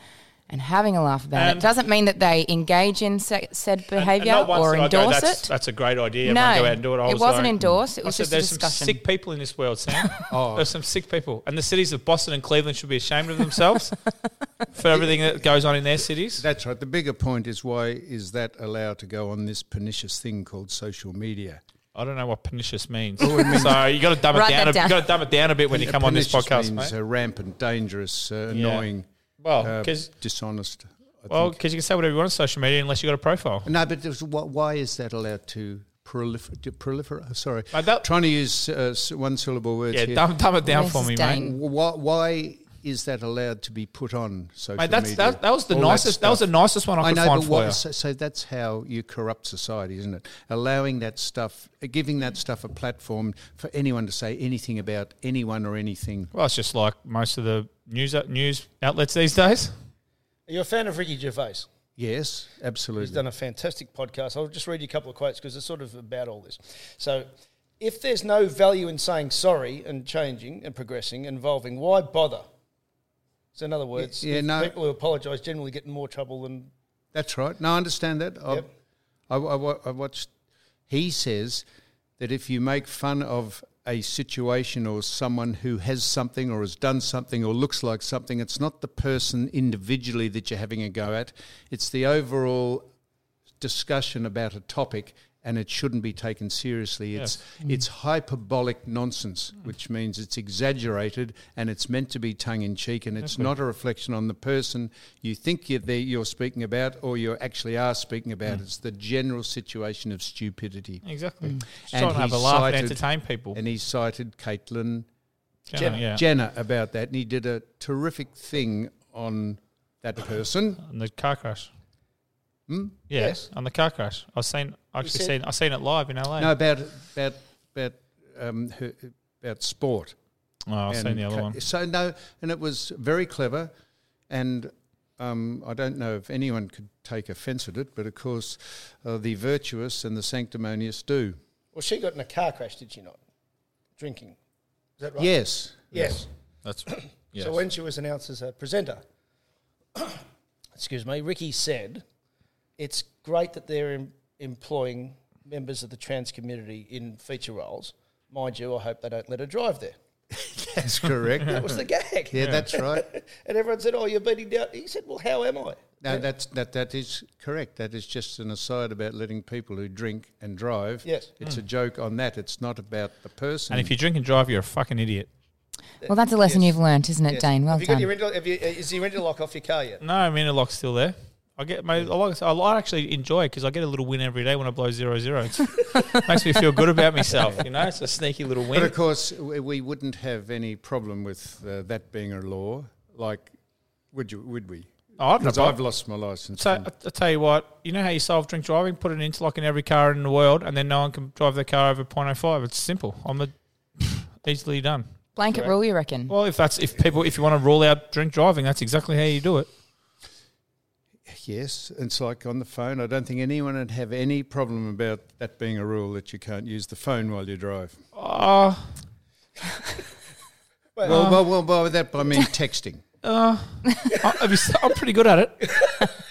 [SPEAKER 2] And having a laugh about
[SPEAKER 4] And-
[SPEAKER 2] it doesn't mean that they engage in se- said behaviour
[SPEAKER 4] Um, not once
[SPEAKER 2] or
[SPEAKER 4] did I go,
[SPEAKER 2] endorse
[SPEAKER 4] that's,
[SPEAKER 2] it.
[SPEAKER 4] That's a great idea.
[SPEAKER 2] No,
[SPEAKER 4] Everyone go out and do it. I
[SPEAKER 2] it
[SPEAKER 4] was
[SPEAKER 2] wasn't
[SPEAKER 4] like-
[SPEAKER 2] endorsed, it was
[SPEAKER 4] I said,
[SPEAKER 2] just a
[SPEAKER 4] there's some
[SPEAKER 2] discussion."
[SPEAKER 4] sick people in this world, Sam.
[SPEAKER 3] Oh.
[SPEAKER 4] There's some sick people, and the cities of Boston and Cleveland should be ashamed of themselves for everything that goes on in their cities.
[SPEAKER 3] That's right. The bigger point is why is that allowed to go on this pernicious thing called social media?
[SPEAKER 4] I don't know what pernicious means. so you got to dumb it
[SPEAKER 2] Write
[SPEAKER 4] down. A,
[SPEAKER 2] that
[SPEAKER 4] you
[SPEAKER 2] down.
[SPEAKER 4] got to dumb it down a bit when you
[SPEAKER 3] Uh,
[SPEAKER 4] come on this
[SPEAKER 3] pernicious
[SPEAKER 4] podcast,
[SPEAKER 3] means
[SPEAKER 4] mate.
[SPEAKER 3] uh, rampant, dangerous, uh,
[SPEAKER 4] Yeah.
[SPEAKER 3] annoying,
[SPEAKER 4] Well,
[SPEAKER 3] uh,
[SPEAKER 4] because
[SPEAKER 3] dishonest. I
[SPEAKER 4] well,
[SPEAKER 3] think.
[SPEAKER 4] 'cause you can say whatever you want on social media unless you got a profile.
[SPEAKER 3] No, but there's, wh- why is that allowed to prolifer- to proliferate? Sorry,
[SPEAKER 4] Mate, that-
[SPEAKER 3] trying to use uh, s- one syllable words
[SPEAKER 4] Yeah,
[SPEAKER 3] here.
[SPEAKER 4] dumb, dumb it down
[SPEAKER 2] This
[SPEAKER 4] for
[SPEAKER 2] is
[SPEAKER 4] me,
[SPEAKER 2] Dane.
[SPEAKER 4] mate.
[SPEAKER 3] Why, why is that allowed to be put on social
[SPEAKER 4] Mate, that's
[SPEAKER 3] media?
[SPEAKER 4] that, that was the
[SPEAKER 3] All
[SPEAKER 4] nicest. That, was the
[SPEAKER 3] stuff.
[SPEAKER 4] nicest one I,
[SPEAKER 3] I
[SPEAKER 4] could
[SPEAKER 3] know,
[SPEAKER 4] find
[SPEAKER 3] but
[SPEAKER 4] for
[SPEAKER 3] what,
[SPEAKER 4] you.
[SPEAKER 3] So, so that's how you corrupt society, isn't it? Allowing that stuff, giving that stuff a platform for anyone to say anything about anyone or anything.
[SPEAKER 4] Well, it's just like most of the news news outlets these days.
[SPEAKER 1] Are you a fan of Ricky Gervais?
[SPEAKER 3] Yes, absolutely.
[SPEAKER 1] He's done a fantastic podcast. I'll just read you a couple of quotes because it's sort of about all this. So, if there's no value in saying sorry and changing and progressing and evolving, why bother? So, in other words,
[SPEAKER 3] Yeah,
[SPEAKER 1] if
[SPEAKER 3] no.
[SPEAKER 1] people who apologise generally get in more trouble than.
[SPEAKER 3] That's right. No, I understand that. I,
[SPEAKER 1] Yep.
[SPEAKER 3] I, I wa- I watched. He says that if you make fun of a situation or someone who has something or has done something or looks like something, it's not the person individually that you're having a go at. It's the overall discussion about a topic, and it shouldn't be taken seriously. It's it's hyperbolic nonsense, which means it's exaggerated and it's meant to be tongue in cheek, and it's not a reflection on the person you think you're there, you're speaking about, or you actually are speaking about. It's the general situation of stupidity.
[SPEAKER 4] Exactly.
[SPEAKER 1] Mm.
[SPEAKER 4] Just
[SPEAKER 3] And
[SPEAKER 4] trying to have
[SPEAKER 3] he
[SPEAKER 4] a laugh and
[SPEAKER 3] cited-
[SPEAKER 4] entertain people.
[SPEAKER 3] And he cited Caitlin
[SPEAKER 4] Jenna, yeah.
[SPEAKER 3] Jenner about that, and he did a terrific thing on that person.
[SPEAKER 4] On the car crash.
[SPEAKER 3] Hmm?
[SPEAKER 4] Yeah,
[SPEAKER 1] Yes.
[SPEAKER 4] on the car crash. I've seen, I actually seen,
[SPEAKER 1] said-
[SPEAKER 4] I seen it live in LA.
[SPEAKER 3] No, about about about um, her, about sport.
[SPEAKER 4] oh, I've seen
[SPEAKER 3] and
[SPEAKER 4] the other
[SPEAKER 3] ca-
[SPEAKER 4] one.
[SPEAKER 3] So no, and it was very clever, and um, I don't know if anyone could take offence at it, but of course, uh, the virtuous and the sanctimonious do.
[SPEAKER 1] Well, she got in a car crash, did she not? Drinking. Is that right?
[SPEAKER 3] Yes,
[SPEAKER 1] Yes.
[SPEAKER 4] That's
[SPEAKER 1] So when she was announced as a presenter, excuse me, Ricky said, "It's great that they're em- employing members of the trans community in feature roles. Mind you, I hope they don't let her drive there."
[SPEAKER 3] that's correct.
[SPEAKER 1] That was the gag.
[SPEAKER 3] yeah, that's right.
[SPEAKER 1] And everyone said, "Oh, you're beating down." He said, "Well, how am I?"
[SPEAKER 3] No, that's that that is correct. That is just an aside about letting people who drink and drive.
[SPEAKER 1] Yes.
[SPEAKER 3] it's a joke on that. It's not about the person.
[SPEAKER 4] and if you drink and drive, you're a fucking idiot.
[SPEAKER 2] well, that's a lesson you've learnt, isn't it,
[SPEAKER 1] Yes.
[SPEAKER 2] Dane? Well
[SPEAKER 1] have you
[SPEAKER 2] done.
[SPEAKER 1] Got your interlock, have you, uh, is your interlock off your car yet?
[SPEAKER 4] No, I mean, the lock's still there. I get my, I, like, I like- actually enjoy it because I get a little win every day when I blow zero zero. It's- makes me feel good about myself, you know? It's a sneaky little
[SPEAKER 3] But
[SPEAKER 4] win.
[SPEAKER 3] of course, we we wouldn't have any problem with uh, that being a law. Like, would you? Would we?
[SPEAKER 4] Oh, I've no
[SPEAKER 3] Because
[SPEAKER 4] problem.
[SPEAKER 3] I've lost my license.
[SPEAKER 4] So I,
[SPEAKER 3] and-
[SPEAKER 4] I tell you what, you know how you solve drink driving? Put an interlock in every car in the world, and then no one can drive their car over 0.05. It's simple. I'm a, easily done.
[SPEAKER 2] Blanket rule, you reckon?
[SPEAKER 3] Mm.
[SPEAKER 4] Well, if that's if people if you want to rule out drink driving, that's exactly how you do it.
[SPEAKER 3] yes, it's like on the phone. I don't think anyone would have any problem about that being a rule that you can't use the phone while you drive.
[SPEAKER 4] Uh,
[SPEAKER 3] well, well, well, by that I mean texting.
[SPEAKER 4] Ah. I, I've been- I'm pretty good at it.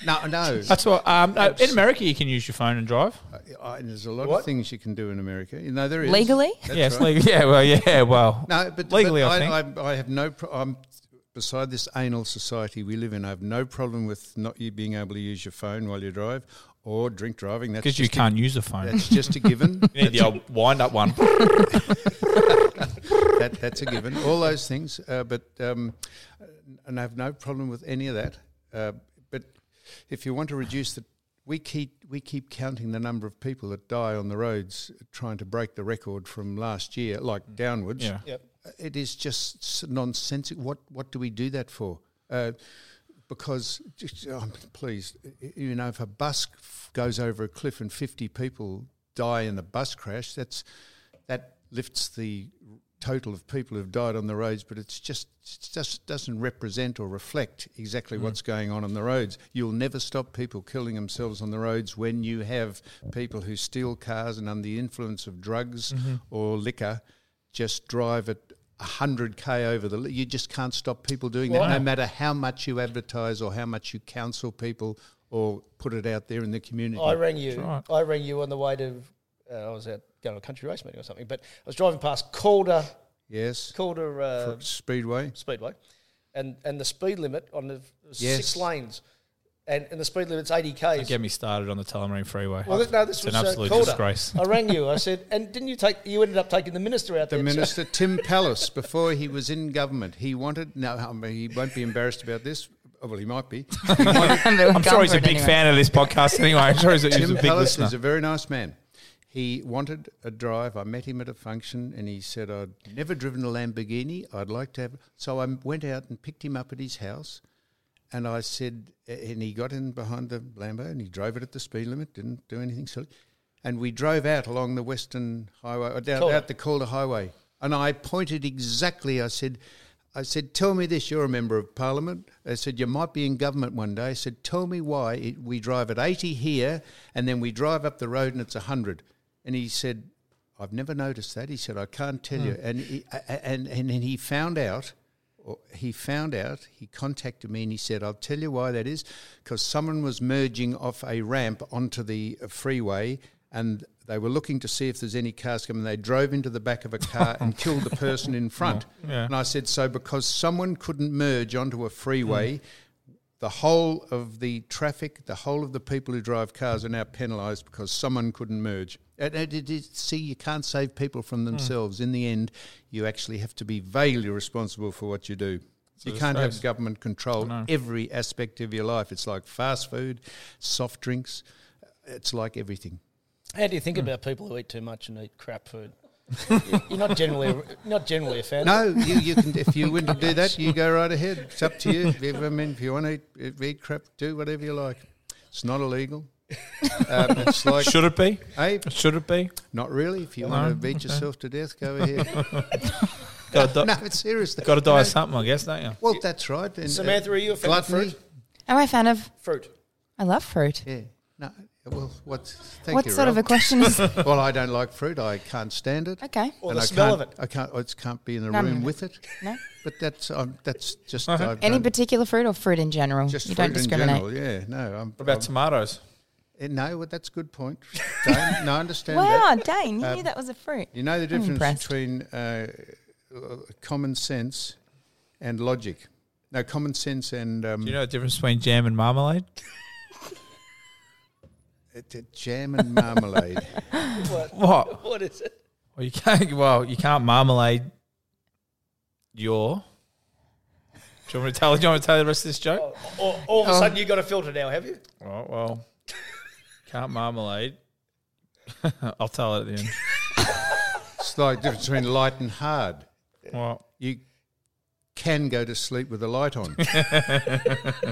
[SPEAKER 3] No, no.
[SPEAKER 4] That's what. Um, no, in America, you can use your phone and drive.
[SPEAKER 3] I, there's a lot
[SPEAKER 1] What?
[SPEAKER 3] of things you can do in America. You know, there is
[SPEAKER 2] Legally?
[SPEAKER 3] That's
[SPEAKER 4] yes,
[SPEAKER 3] right.
[SPEAKER 4] legal. Yeah, well, yeah, well.
[SPEAKER 3] No, but
[SPEAKER 4] legally,
[SPEAKER 3] but
[SPEAKER 4] I, think.
[SPEAKER 3] I, I have no. Pro- I'm beside this anal society we live in. I have no problem with not you being able to use your phone while you drive,
[SPEAKER 4] or drink driving. That's
[SPEAKER 2] because you
[SPEAKER 4] just a-
[SPEAKER 2] can't use a phone.
[SPEAKER 4] That's just a given.
[SPEAKER 2] you need the old wind up one.
[SPEAKER 4] that, that's a given. All those things, uh, but um, and I have no problem with any of that. Uh, but if you want to reduce the, we keep we keep counting the number of people that die on the roads trying to break the record from last year, like downwards. Uh,
[SPEAKER 2] Yeah.
[SPEAKER 1] Yep.
[SPEAKER 4] It is just s- nonsensical. What what do we do that for? Uh, because just, um, please, y- you know, if a bus f- goes over a cliff and fifty people die in a bus crash, that's that lifts the total of people who've died on the roads, but it's just it just doesn't represent or reflect exactly what's going on on the roads. You'll never stop people killing themselves on the roads when you have people who steal cars and under the influence of drugs or liquor just drive at 100k over the li- you just can't stop people doing that no matter how much you advertise or how much you counsel people or put it out there in the community
[SPEAKER 1] I rang you.
[SPEAKER 2] right.
[SPEAKER 1] I rang you on the way to. Uh, I was out going to a country race meeting or something, but I was driving past Calder
[SPEAKER 4] yes
[SPEAKER 1] Calder uh,
[SPEAKER 4] speedway
[SPEAKER 1] Speedway, and and the speed limit on the it was
[SPEAKER 4] Yes.
[SPEAKER 1] six lanes, and and the speed limit's eighty k's.
[SPEAKER 2] Get me started on the Tullamarine Freeway.
[SPEAKER 1] Well, th- no, this
[SPEAKER 2] it's
[SPEAKER 1] was
[SPEAKER 2] an
[SPEAKER 1] uh,
[SPEAKER 2] absolute
[SPEAKER 1] Calder.
[SPEAKER 2] disgrace.
[SPEAKER 1] I rang you. I said, and didn't you take? You ended up taking the minister out
[SPEAKER 4] the
[SPEAKER 1] there.
[SPEAKER 4] minister Tim Pallas before he was in government. He wanted no, I mean, he won't be embarrassed about this. Oh, Well, he might be.
[SPEAKER 2] I'm sure he's a big fan of this podcast anyway. I'm sure he's a, he's a
[SPEAKER 4] Tim
[SPEAKER 2] big
[SPEAKER 4] Pallas is a
[SPEAKER 2] listener.
[SPEAKER 4] very nice man. He wanted a drive. I met him at a function, and he said, "I'd never driven a Lamborghini. I'd like to have." So I went out and picked him up at his house, and I said, and he got in behind the Lambo, and he drove it at the speed limit. Didn't do anything silly, and we drove out along the Western Highway, or down,
[SPEAKER 1] Calder.
[SPEAKER 4] out the Calder Highway, and I pointed exactly. I said. I said, tell me this, you're a member of parliament. I said, you might be in government one day. I said, tell me why it, we drive at 80 here and then we drive up the road and it's 100. And he said, I've never noticed that. He said, I can't tell you. And, he, a- a- and, and, and he found out, or he found out, he contacted me and he said, I'll tell you why that is because someone was merging off a ramp onto the uh, freeway and they were looking to see if there's any cars coming. They drove into the back of a car and killed the person in front. And I said, So because someone couldn't merge onto a freeway, the whole of the traffic, the whole of the people who drive cars are now penalised because someone couldn't merge. And it- it is- see, you can't save people from themselves. In the end, you actually have to be vaguely responsible for what you do. you can't have government control every aspect of your life. It's like fast food, soft drinks. It's like everything.
[SPEAKER 1] How do you think about people who eat too much and eat crap food? You're not generally not generally a fan.
[SPEAKER 4] No, you, you can. If you want to do that, you go right ahead. It's up to you. If- I mean, if you want to eat, eat crap, do whatever you like. It's not illegal. Um, it's like,
[SPEAKER 2] Should it be?
[SPEAKER 4] hey,
[SPEAKER 2] Should it be?
[SPEAKER 4] not really. If you want to beat yourself to death, go ahead.
[SPEAKER 2] Got to,
[SPEAKER 4] no, it's seriously.
[SPEAKER 2] got to die of something, I guess, don't you?
[SPEAKER 4] Well, that's right. And, uh,
[SPEAKER 1] Samantha, are you a fan of
[SPEAKER 4] gluttony?
[SPEAKER 1] fruit?
[SPEAKER 5] Am I a fan of?
[SPEAKER 1] Fruit.
[SPEAKER 5] I love fruit.
[SPEAKER 4] Yeah. No. Well, what's thank
[SPEAKER 5] what
[SPEAKER 4] you.
[SPEAKER 5] sort of a
[SPEAKER 4] Rob.
[SPEAKER 5] question is?
[SPEAKER 4] Well, I don't like fruit. I can't stand it.
[SPEAKER 5] okay.
[SPEAKER 1] Or
[SPEAKER 4] And
[SPEAKER 1] the
[SPEAKER 4] I
[SPEAKER 1] smell of
[SPEAKER 4] can't-
[SPEAKER 1] it.
[SPEAKER 4] I can't. I just can't be in the
[SPEAKER 5] Nom,
[SPEAKER 4] room
[SPEAKER 5] nom.
[SPEAKER 4] with it.
[SPEAKER 5] No.
[SPEAKER 4] But that's um, that's just
[SPEAKER 2] Uh-huh.
[SPEAKER 4] I
[SPEAKER 5] Any
[SPEAKER 4] don't-
[SPEAKER 5] particular fruit or fruit in general?
[SPEAKER 4] Just
[SPEAKER 5] you
[SPEAKER 4] fruit
[SPEAKER 5] don't discriminate.
[SPEAKER 4] In general, yeah. No. I'm,
[SPEAKER 2] What about
[SPEAKER 4] I'm-
[SPEAKER 2] tomatoes?
[SPEAKER 4] Uh, um, No, well, that's a good point. Dane, no, I understand
[SPEAKER 5] Wow,
[SPEAKER 4] that.
[SPEAKER 5] Dane, you
[SPEAKER 4] Um,
[SPEAKER 5] knew that was a fruit.
[SPEAKER 4] You know the
[SPEAKER 5] I'm
[SPEAKER 4] difference
[SPEAKER 5] impressed.
[SPEAKER 4] between uh, uh, common sense and logic. No, common sense and um,
[SPEAKER 2] Do you know the difference between jam and marmalade?
[SPEAKER 4] uh, t- jam and marmalade.
[SPEAKER 2] What?
[SPEAKER 1] What is it?
[SPEAKER 2] Well, you can't. Well, you can't marmalade your. Do you want me to tell? Do you want me to tell you the rest of this joke?
[SPEAKER 1] Or, Oh, all of a sudden you got a filter now, have you?
[SPEAKER 2] All right. Well, can't marmalade. I'll tell it at the end.
[SPEAKER 4] it's like the difference between light and hard.
[SPEAKER 2] Well,
[SPEAKER 4] You can go to sleep with the light on.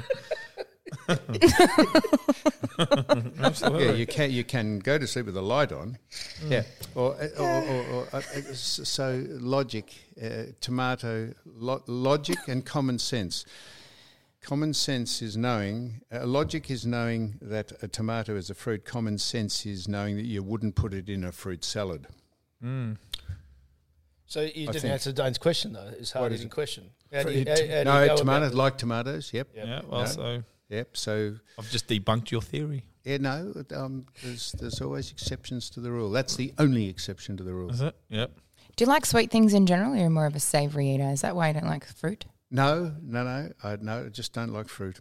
[SPEAKER 2] absolutely.
[SPEAKER 4] yeah, you can you can go to sleep with the light on.
[SPEAKER 1] Mm.
[SPEAKER 4] Yeah, or, uh, or, or, or uh, uh, s- so logic, uh, tomato, lo- logic and common sense. Common sense is knowing. Uh, logic is knowing that a tomato is a fruit. Common sense is knowing that you wouldn't put it in a fruit salad.
[SPEAKER 1] So you didn't
[SPEAKER 4] think.
[SPEAKER 1] answer Dane's question though. It's hard hitting question. How do you, how, how do you go
[SPEAKER 4] no,
[SPEAKER 1] about-
[SPEAKER 4] tomatoes like tomatoes. Yep.
[SPEAKER 2] yeah. Well, so
[SPEAKER 4] Yep. So
[SPEAKER 2] I've just debunked your theory.
[SPEAKER 4] yeah, no. Um, there's there's always exceptions to the rule. That's the only exception to the rule.
[SPEAKER 2] Is it? Yep.
[SPEAKER 5] Do you like sweet things in general, or are you more of a savory eater? Is that why you don't like fruit?
[SPEAKER 4] No, no, no. I no, I just don't like fruit.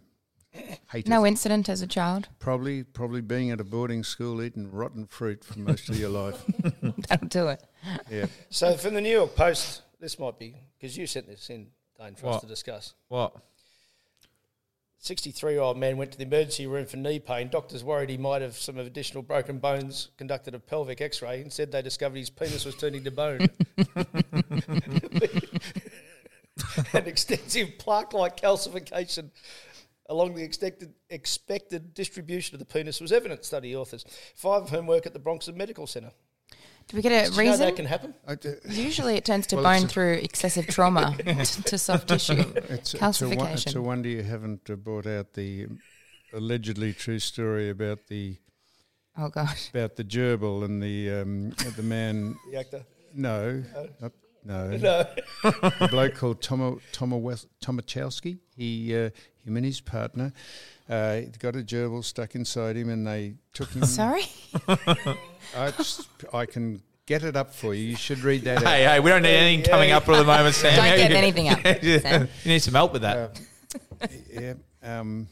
[SPEAKER 2] Hate
[SPEAKER 6] No
[SPEAKER 2] it.
[SPEAKER 6] incident as a child.
[SPEAKER 2] Probably, probably being at a boarding school eating rotten fruit for most of your life.
[SPEAKER 6] That'll do it.
[SPEAKER 2] Yeah.
[SPEAKER 4] So from the New York Post, this might be because you sent this in, Dane, for us
[SPEAKER 1] What?
[SPEAKER 4] to discuss.
[SPEAKER 1] What?
[SPEAKER 4] 63-year-old man went to the emergency room for knee pain. Doctors worried he might have some additional broken bones. Conducted a pelvic X-ray and said they discovered his penis was turning to bone. An extensive plaque-like calcification along the expected, expected distribution of the penis was evident, study authors, five of whom work at the Bronx Medical Centre.
[SPEAKER 6] Do we get a
[SPEAKER 4] Did you know
[SPEAKER 6] reason?
[SPEAKER 4] that can happen?
[SPEAKER 2] I d-
[SPEAKER 6] Usually it turns to
[SPEAKER 2] Well, it's
[SPEAKER 6] bone
[SPEAKER 2] a-
[SPEAKER 6] through excessive trauma t- to soft tissue.
[SPEAKER 2] It's, it's, a, won-
[SPEAKER 6] Calcification.
[SPEAKER 2] it's a wonder you haven't uh, brought out the allegedly true story about the
[SPEAKER 6] oh, gosh.
[SPEAKER 2] about the gerbil and the um, the man.
[SPEAKER 4] The actor.
[SPEAKER 2] No, not, no,
[SPEAKER 4] No.
[SPEAKER 2] a bloke called Tomo Tomo Wes- Tomachowski. He uh, him and his partner uh, got a gerbil stuck inside him, and they took him.
[SPEAKER 6] Sorry?
[SPEAKER 2] I, just- I can get it up for you. You should read that. out.
[SPEAKER 1] Hey, hey, we don't need anything coming up at the moment, Sam.
[SPEAKER 6] Don't
[SPEAKER 1] How
[SPEAKER 6] get
[SPEAKER 1] you-
[SPEAKER 6] anything up, Sam.
[SPEAKER 1] You need some help with that.
[SPEAKER 2] Uh, Yeah. Um,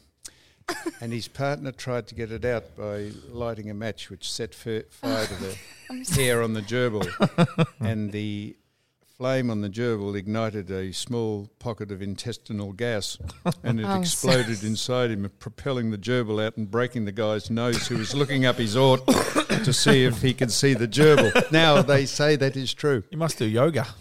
[SPEAKER 2] and his partner tried to get it out by lighting a match, which set fir- fire to the hair on the gerbil. and the flame on the gerbil ignited a small pocket of intestinal gas and it
[SPEAKER 6] Oh,
[SPEAKER 2] exploded inside him, propelling the gerbil out and breaking the guy's nose, who was looking up his aort to see if he could see the gerbil. Now, they say that is true.
[SPEAKER 1] You must do yoga.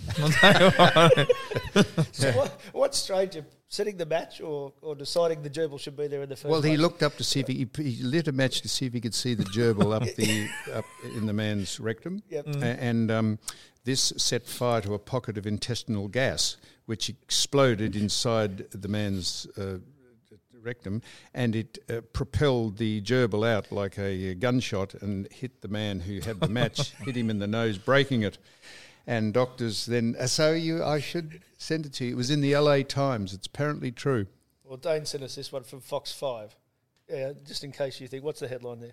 [SPEAKER 4] So what, what's stranger, setting the match or, or deciding the gerbil should be there in the first
[SPEAKER 2] Well, he
[SPEAKER 4] place?
[SPEAKER 2] looked up to see if he, he lit a match to see if he could see the gerbil up the up in the man's rectum,
[SPEAKER 4] Yep. Mm.
[SPEAKER 2] A- and um, this set fire to a pocket of intestinal gas, which exploded inside the man's uh, rectum, and it uh, propelled the gerbil out like a uh, gunshot and hit the man who had the match, hit him in the nose, breaking it. And doctors then, uh, so you, I should send it to you. It was in the LA Times. It's apparently true.
[SPEAKER 4] Well, Dane sent us this one from Fox 5. Yeah, just in case you think, what's the headline there?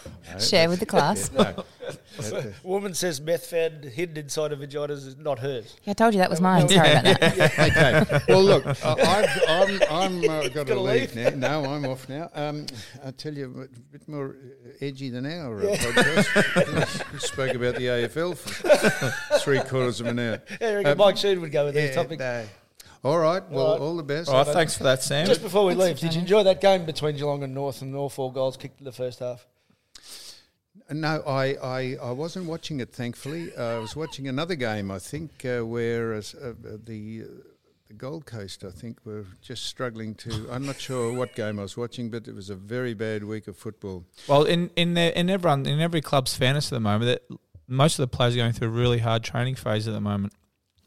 [SPEAKER 6] Share with the class.
[SPEAKER 4] Woman says meth found hidden inside her vaginas is not hers.
[SPEAKER 6] Yeah, I told you that was mine. Sorry about that.
[SPEAKER 2] okay. Well, look, I- I've, I'm, I'm uh, got to
[SPEAKER 4] Gotta
[SPEAKER 2] leave
[SPEAKER 4] leave.
[SPEAKER 2] now. No, I'm off now. Um, I tell you, a bit more edgy than our uh podcast. we spoke about the AFL for three quarters of an hour.
[SPEAKER 4] Yeah, I reckon
[SPEAKER 2] Um,
[SPEAKER 4] Mike Sheen would go with these
[SPEAKER 2] yeah,
[SPEAKER 4] topics.
[SPEAKER 2] no. All right. Well,
[SPEAKER 4] All right.
[SPEAKER 2] all the best.
[SPEAKER 1] All right, thanks for that, Sam.
[SPEAKER 4] Just before we leave, did you enjoy that game between Geelong and North and all four goals kicked in the first half?
[SPEAKER 2] No, I, I, I wasn't watching it, thankfully. Uh, I was watching another game, I think, uh, where uh, s- uh, uh, the, uh, the Gold Coast, I think, were just struggling to. I'm not sure what game I was watching, but it was a very bad week of football.
[SPEAKER 1] Well, in in their, in everyone in every club's fairness at the moment, that most of the players are going through a really hard training phase at the moment.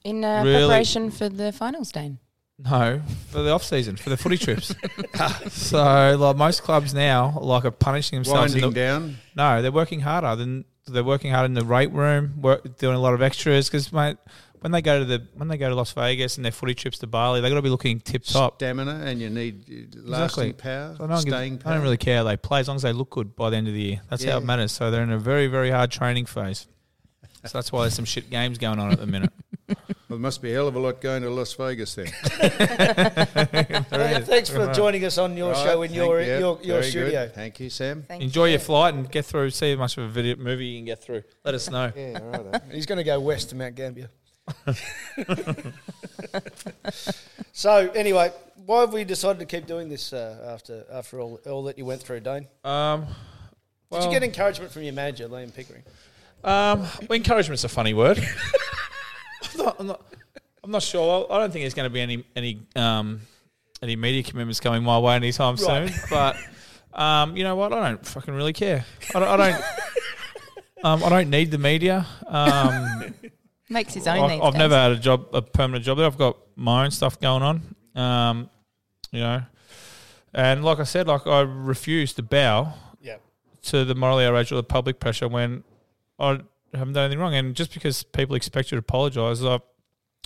[SPEAKER 6] In uh,
[SPEAKER 1] Really?
[SPEAKER 6] preparation for the finals, Dane.
[SPEAKER 1] No, for the off season, for the footy trips. so, like most clubs now, like are punishing themselves. in
[SPEAKER 2] Winding
[SPEAKER 1] the-
[SPEAKER 2] down.
[SPEAKER 1] No, they're working harder than they're working hard in the rate room, work, doing a lot of extras because mate, when they go to the when they go to Las Vegas and their footy trips to Bali, they got to be looking tip top.
[SPEAKER 2] Stamina, and you need uh, lasting power,
[SPEAKER 1] So I, don't give-
[SPEAKER 2] staying
[SPEAKER 1] I
[SPEAKER 2] power.
[SPEAKER 1] don't really care. They play as long as they look good by the end of the year. That's how it
[SPEAKER 2] Yeah.
[SPEAKER 1] matters. So they're in a very, very hard training phase. So that's why there's some shit games going on at the minute.
[SPEAKER 2] Well, there must be a hell of a lot going to Las Vegas then.
[SPEAKER 4] Hey, thanks for joining us on your
[SPEAKER 2] Right,
[SPEAKER 4] show in
[SPEAKER 2] thank-
[SPEAKER 4] your,
[SPEAKER 2] yeah,
[SPEAKER 4] your, your
[SPEAKER 2] very good.
[SPEAKER 4] studio.
[SPEAKER 2] Thank you, Sam.
[SPEAKER 6] Thank
[SPEAKER 1] Enjoy your flight and get through. See how much of a video movie you can get through. Let us know.
[SPEAKER 2] Yeah, all right.
[SPEAKER 4] He's going to go west to Mount Gambier. so anyway, why have we decided to keep doing this uh, after after all all that you went through, Dane?
[SPEAKER 1] Um, Did you get encouragement from your manager, Liam Pickering?
[SPEAKER 2] Um, well, encouragement's a funny word. I'm, not, I'm, not, I'm not sure. I don't think there's going to be any any um, any media commitments coming my way anytime
[SPEAKER 1] Right.
[SPEAKER 2] soon. But um, you know what? I don't fucking really care. I don't. I don't Um, I don't need the media. Um,
[SPEAKER 5] Makes his
[SPEAKER 2] I,
[SPEAKER 5] own these
[SPEAKER 2] I've
[SPEAKER 5] days.
[SPEAKER 2] never had a job, a permanent job there. I've got my own stuff going on. Um, you know, and like I said, like I refuse to bow
[SPEAKER 1] Yeah.
[SPEAKER 2] to the morally outraged or the public pressure when I haven't done anything wrong. And just because people expect you to apologise, I,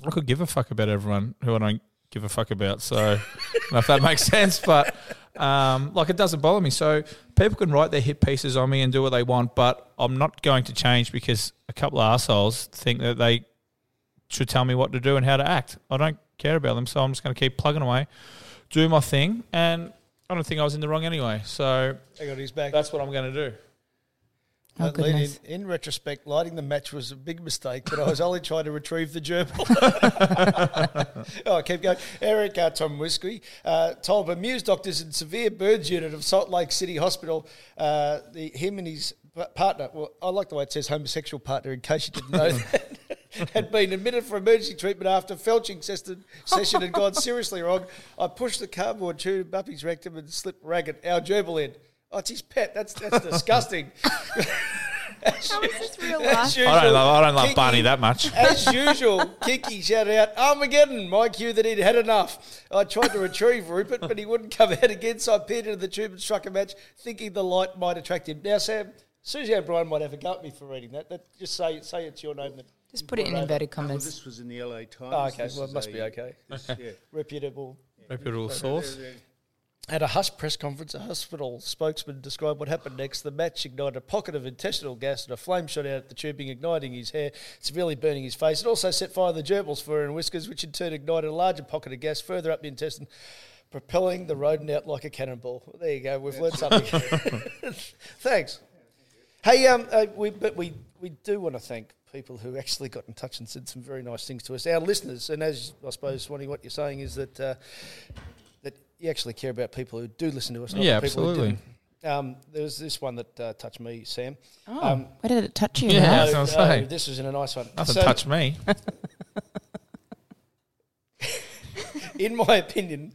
[SPEAKER 2] I could give a fuck about everyone who I don't give a fuck about. So, I don't know if that makes sense, but um, like it doesn't bother me. So people can write their hit pieces on me and do what they want, but I'm not going to change because a couple of assholes think that they should tell me what to do and how to act. I don't care about them, so I'm just going to keep plugging away, do my thing, and I don't think I was in the wrong anyway. So
[SPEAKER 1] I got his back.
[SPEAKER 2] that's what I'm going to do.
[SPEAKER 5] Oh,
[SPEAKER 1] That lead
[SPEAKER 5] goodness.
[SPEAKER 1] in, in retrospect, lighting the match was a big mistake, but I was only trying to retrieve the gerbil. oh, keep going. Eric uh, Tom Whiskey uh, told bemused doctors in severe burns unit of Salt Lake City Hospital, uh, the, him and his p- partner, well, I like the way it says homosexual partner in case you didn't know that. Had been admitted for emergency treatment after felching session, session had gone seriously wrong. I pushed the cardboard tube up his rectum and slipped ragged our gerbil in. Oh, it's his pet. That's that's disgusting.
[SPEAKER 5] How is this real
[SPEAKER 1] As
[SPEAKER 5] life?
[SPEAKER 1] usual,
[SPEAKER 2] I don't love, I don't love
[SPEAKER 1] Kiki-
[SPEAKER 2] Barney that much.
[SPEAKER 4] Oh,
[SPEAKER 1] As usual, Kiki shouted out, Armageddon, my cue that he'd had enough. I tried to retrieve Rupert, but he wouldn't come out again, so I peered into the tube and struck a match, thinking the light might attract him. Now, Sam, Susie O'Brien might have a go at me for reading that. that just say say it's your name. That
[SPEAKER 5] Just put it in inverted commas.
[SPEAKER 4] this was in the LA Times.
[SPEAKER 1] oh, okay,
[SPEAKER 4] This
[SPEAKER 1] well, it
[SPEAKER 4] is
[SPEAKER 1] must
[SPEAKER 4] a-
[SPEAKER 1] be okay.
[SPEAKER 4] this- yeah.
[SPEAKER 1] Reputable.
[SPEAKER 2] Reputable source.
[SPEAKER 1] At a Hush press conference, a hospital spokesman described what happened next. The match ignited a pocket of intestinal gas and a flame shot out at the tubing, igniting his hair, severely burning his face. It also set fire to the gerbil's fur and whiskers, which in turn ignited a larger pocket of gas further up the intestine, propelling the rodent out like a cannonball. There you go. We've learned something. Thanks. Hey, um, uh, we, but we, we do want to thank people who actually got in touch and said some very nice things to us, our listeners. And as I suppose, Swanee, what you're saying is that uh, that you actually care about people who do listen to us, not
[SPEAKER 2] Yeah,
[SPEAKER 1] the people
[SPEAKER 2] absolutely.
[SPEAKER 1] who didn't. Um, there was this one that uh, touched me, Sam.
[SPEAKER 5] Oh, where did it touch you?
[SPEAKER 2] Yeah.
[SPEAKER 5] Ralph?
[SPEAKER 2] that's what I'm saying.
[SPEAKER 1] this was in a nice one.
[SPEAKER 2] Nothing
[SPEAKER 1] So,
[SPEAKER 2] touched me.
[SPEAKER 1] in my opinion,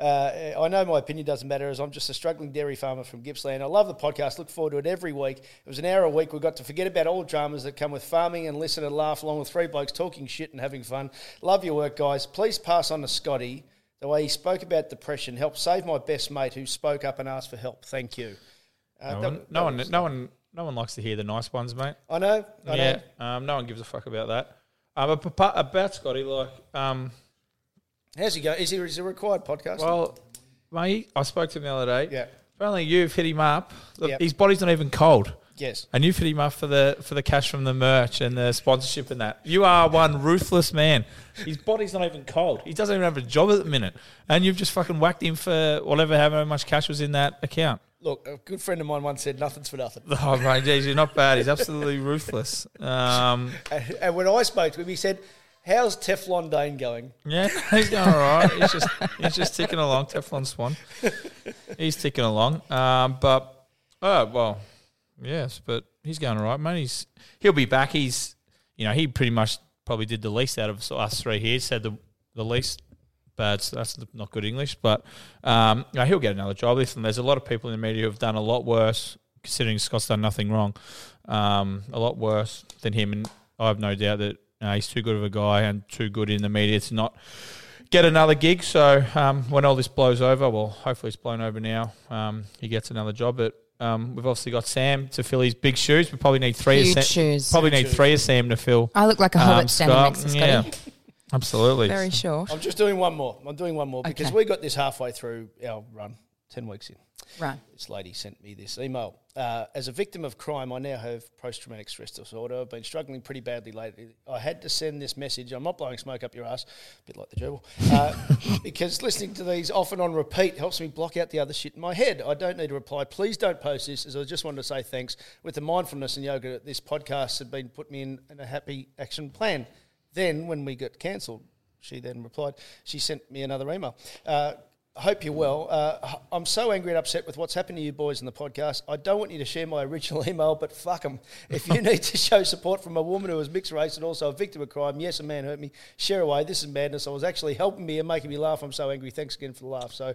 [SPEAKER 1] uh, I know my opinion doesn't matter as I'm just a struggling dairy farmer from Gippsland. I love the podcast, look forward to it every week. It was an hour a week. We got to forget about all dramas that come with farming and listen and laugh along with three blokes talking shit and having fun. Love your work, guys. Please pass on to Scotty. The way he spoke about depression helped save my best mate who spoke up and asked for help. Thank you. Uh, that-
[SPEAKER 2] No one,
[SPEAKER 1] that
[SPEAKER 2] no one,
[SPEAKER 1] was-
[SPEAKER 2] no one, no one likes to hear the nice ones, mate.
[SPEAKER 1] I know. I know.
[SPEAKER 2] Yeah, um, no one gives a fuck about that. Um, but pa- about Scotty, like, um,
[SPEAKER 1] How's he go? Is he, is he a required podcast?
[SPEAKER 2] well, mate, I spoke to him the other day.
[SPEAKER 1] Yeah.
[SPEAKER 2] Apparently, you've hit him up. Look,
[SPEAKER 1] Yep.
[SPEAKER 2] His body's not even cold,
[SPEAKER 1] yes.
[SPEAKER 2] and you've hit him up for the for the cash from the merch and the sponsorship and that. You are one ruthless man. His body's not even cold. He doesn't even have a job at the minute, and you've just fucking whacked him for whatever, however much cash was in that account.
[SPEAKER 1] Look, a good friend of mine once said, nothing's for nothing.
[SPEAKER 2] Oh my geez, you're not bad. He's absolutely ruthless. Um,
[SPEAKER 1] And and when I spoke to him, he said, "How's Teflon Dane going?"
[SPEAKER 2] yeah, he's going all right. He's just he's just ticking along. Teflon Swan, he's ticking along. Um, but oh well, yes, but he's going all right, mate. He's he'll be back. He's you know he pretty much probably did the least out of us three here. Said the the least bad. So that's not good English, but um, you know, he'll get another job. Listen, there's a lot of people in the media who've done a lot worse. Considering Scott's done nothing wrong, um, a lot worse than him, and I have no doubt that uh, he's too good of a guy and too good in the media to not get another gig. So um, when all this blows over, well, hopefully it's blown over now. Um, he gets another job, but um, we've obviously got Sam to fill his big shoes. We probably need three.
[SPEAKER 5] Huge
[SPEAKER 2] of Sam,
[SPEAKER 5] shoes.
[SPEAKER 2] Probably need three of Sam to fill. Um,
[SPEAKER 5] I look like a hobbit standing next to Scotty.
[SPEAKER 2] absolutely.
[SPEAKER 5] Very short.
[SPEAKER 1] I'm just doing one more. I'm doing one more because
[SPEAKER 5] Okay.
[SPEAKER 1] we got this halfway through our run, ten weeks in.
[SPEAKER 5] Right.
[SPEAKER 1] This lady sent me this email. Uh, as a victim of crime, I now have post traumatic stress disorder. I've been struggling pretty badly lately. I had to send this message. I'm not blowing smoke up your ass, a bit like the gerbil, uh, because listening to these often on repeat helps me block out the other shit in my head. I don't need to reply. Please don't post this, as I just wanted to say thanks. With the mindfulness and yoga, this podcast had been put me in, in a happy action plan. Then, when we got cancelled, she then replied, she sent me another email. Uh,
[SPEAKER 4] I hope you're well. Uh, I'm so angry and upset with what's happened to you boys in the podcast. I don't want you to share my original email, but fuck 'em. If you need to show support from a woman who is mixed race and also a victim of crime, yes, a man hurt me, share away. This is madness. I was actually helping me and making me laugh. I'm so angry. Thanks again for the laugh. So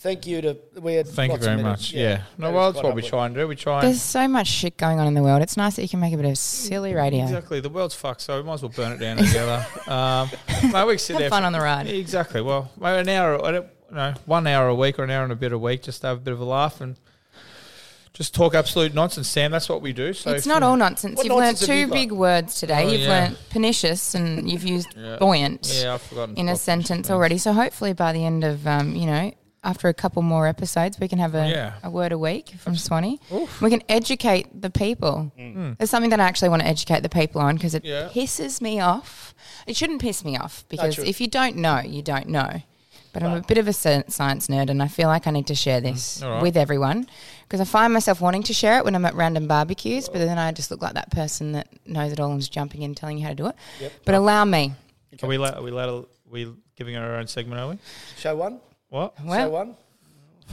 [SPEAKER 4] thank you to. we had
[SPEAKER 2] Thank
[SPEAKER 4] lots
[SPEAKER 2] you
[SPEAKER 4] of
[SPEAKER 2] very
[SPEAKER 4] minutes.
[SPEAKER 2] much. Yeah. No,
[SPEAKER 4] that
[SPEAKER 2] well,
[SPEAKER 4] was
[SPEAKER 2] that's
[SPEAKER 4] quite
[SPEAKER 2] what we
[SPEAKER 4] upward.
[SPEAKER 2] try and do. We try and
[SPEAKER 1] There's so much shit going on in the world. It's nice that you can make a bit of silly radio.
[SPEAKER 2] Exactly. The world's fucked, so we might as well burn it down together. Um, mate, we can sit
[SPEAKER 1] Have
[SPEAKER 2] there
[SPEAKER 1] fun
[SPEAKER 2] for-
[SPEAKER 1] on the ride.
[SPEAKER 2] Yeah, exactly. Well, maybe an hour, I don't, no, one hour a week or an hour and a bit a week, just to have a bit of a laugh and just talk absolute nonsense, Sam. That's what we do. So
[SPEAKER 1] it's
[SPEAKER 2] if
[SPEAKER 1] not
[SPEAKER 2] you-
[SPEAKER 1] all nonsense.
[SPEAKER 4] What
[SPEAKER 1] You've learnt
[SPEAKER 4] nonsense have
[SPEAKER 1] two
[SPEAKER 4] you got?
[SPEAKER 1] big words today.
[SPEAKER 2] Oh,
[SPEAKER 1] you've
[SPEAKER 2] yeah.
[SPEAKER 1] learnt pernicious and you've used buoyant
[SPEAKER 2] Yeah, I've forgotten.
[SPEAKER 1] in a
[SPEAKER 2] what-
[SPEAKER 1] sentence already. So hopefully by the end of, um, you know, after a couple more episodes, we can have a,
[SPEAKER 2] Yeah.
[SPEAKER 1] a word a week from Swanee. We can educate the people. It's something that I actually want to educate the people on because it
[SPEAKER 2] Mm. Yeah.
[SPEAKER 1] pisses me off. It shouldn't piss me off because
[SPEAKER 4] true.
[SPEAKER 1] if you don't know, you don't know. But I'm a bit of a sen- science nerd and I feel like I need to share this
[SPEAKER 2] Mm, All right.
[SPEAKER 1] with everyone because I find myself wanting to share it when I'm at random barbecues, but then I just look like that person that knows it all and is jumping in telling you how to do it. But allow me.
[SPEAKER 2] Are we la- are we la- we giving her our own segment? Are we?
[SPEAKER 4] Show one.
[SPEAKER 2] What?
[SPEAKER 4] Show
[SPEAKER 1] Well,
[SPEAKER 4] one.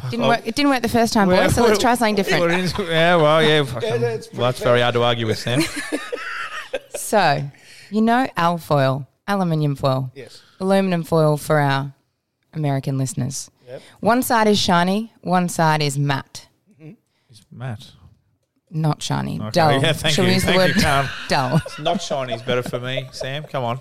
[SPEAKER 1] didn't work, it didn't work the first time, boys, so let's try something
[SPEAKER 2] We're
[SPEAKER 1] different.
[SPEAKER 2] in- yeah. Well, yeah. fucking-
[SPEAKER 4] Yeah, that's pretty
[SPEAKER 2] well, that's very hard to argue with, Sam.
[SPEAKER 1] So, you know alfoil, aluminium foil,
[SPEAKER 4] Yes.
[SPEAKER 1] aluminum foil for our American listeners. One side is shiny, one side is matte.
[SPEAKER 2] Matt.
[SPEAKER 1] Not shiny,
[SPEAKER 2] Mm-hmm. Okay.
[SPEAKER 1] dull.
[SPEAKER 2] Yeah, thank
[SPEAKER 1] Shall we
[SPEAKER 2] you.
[SPEAKER 1] use
[SPEAKER 2] Thank you,
[SPEAKER 1] the word
[SPEAKER 2] Cam.
[SPEAKER 1] dull?
[SPEAKER 2] Not shiny is better for me, Sam. Come on.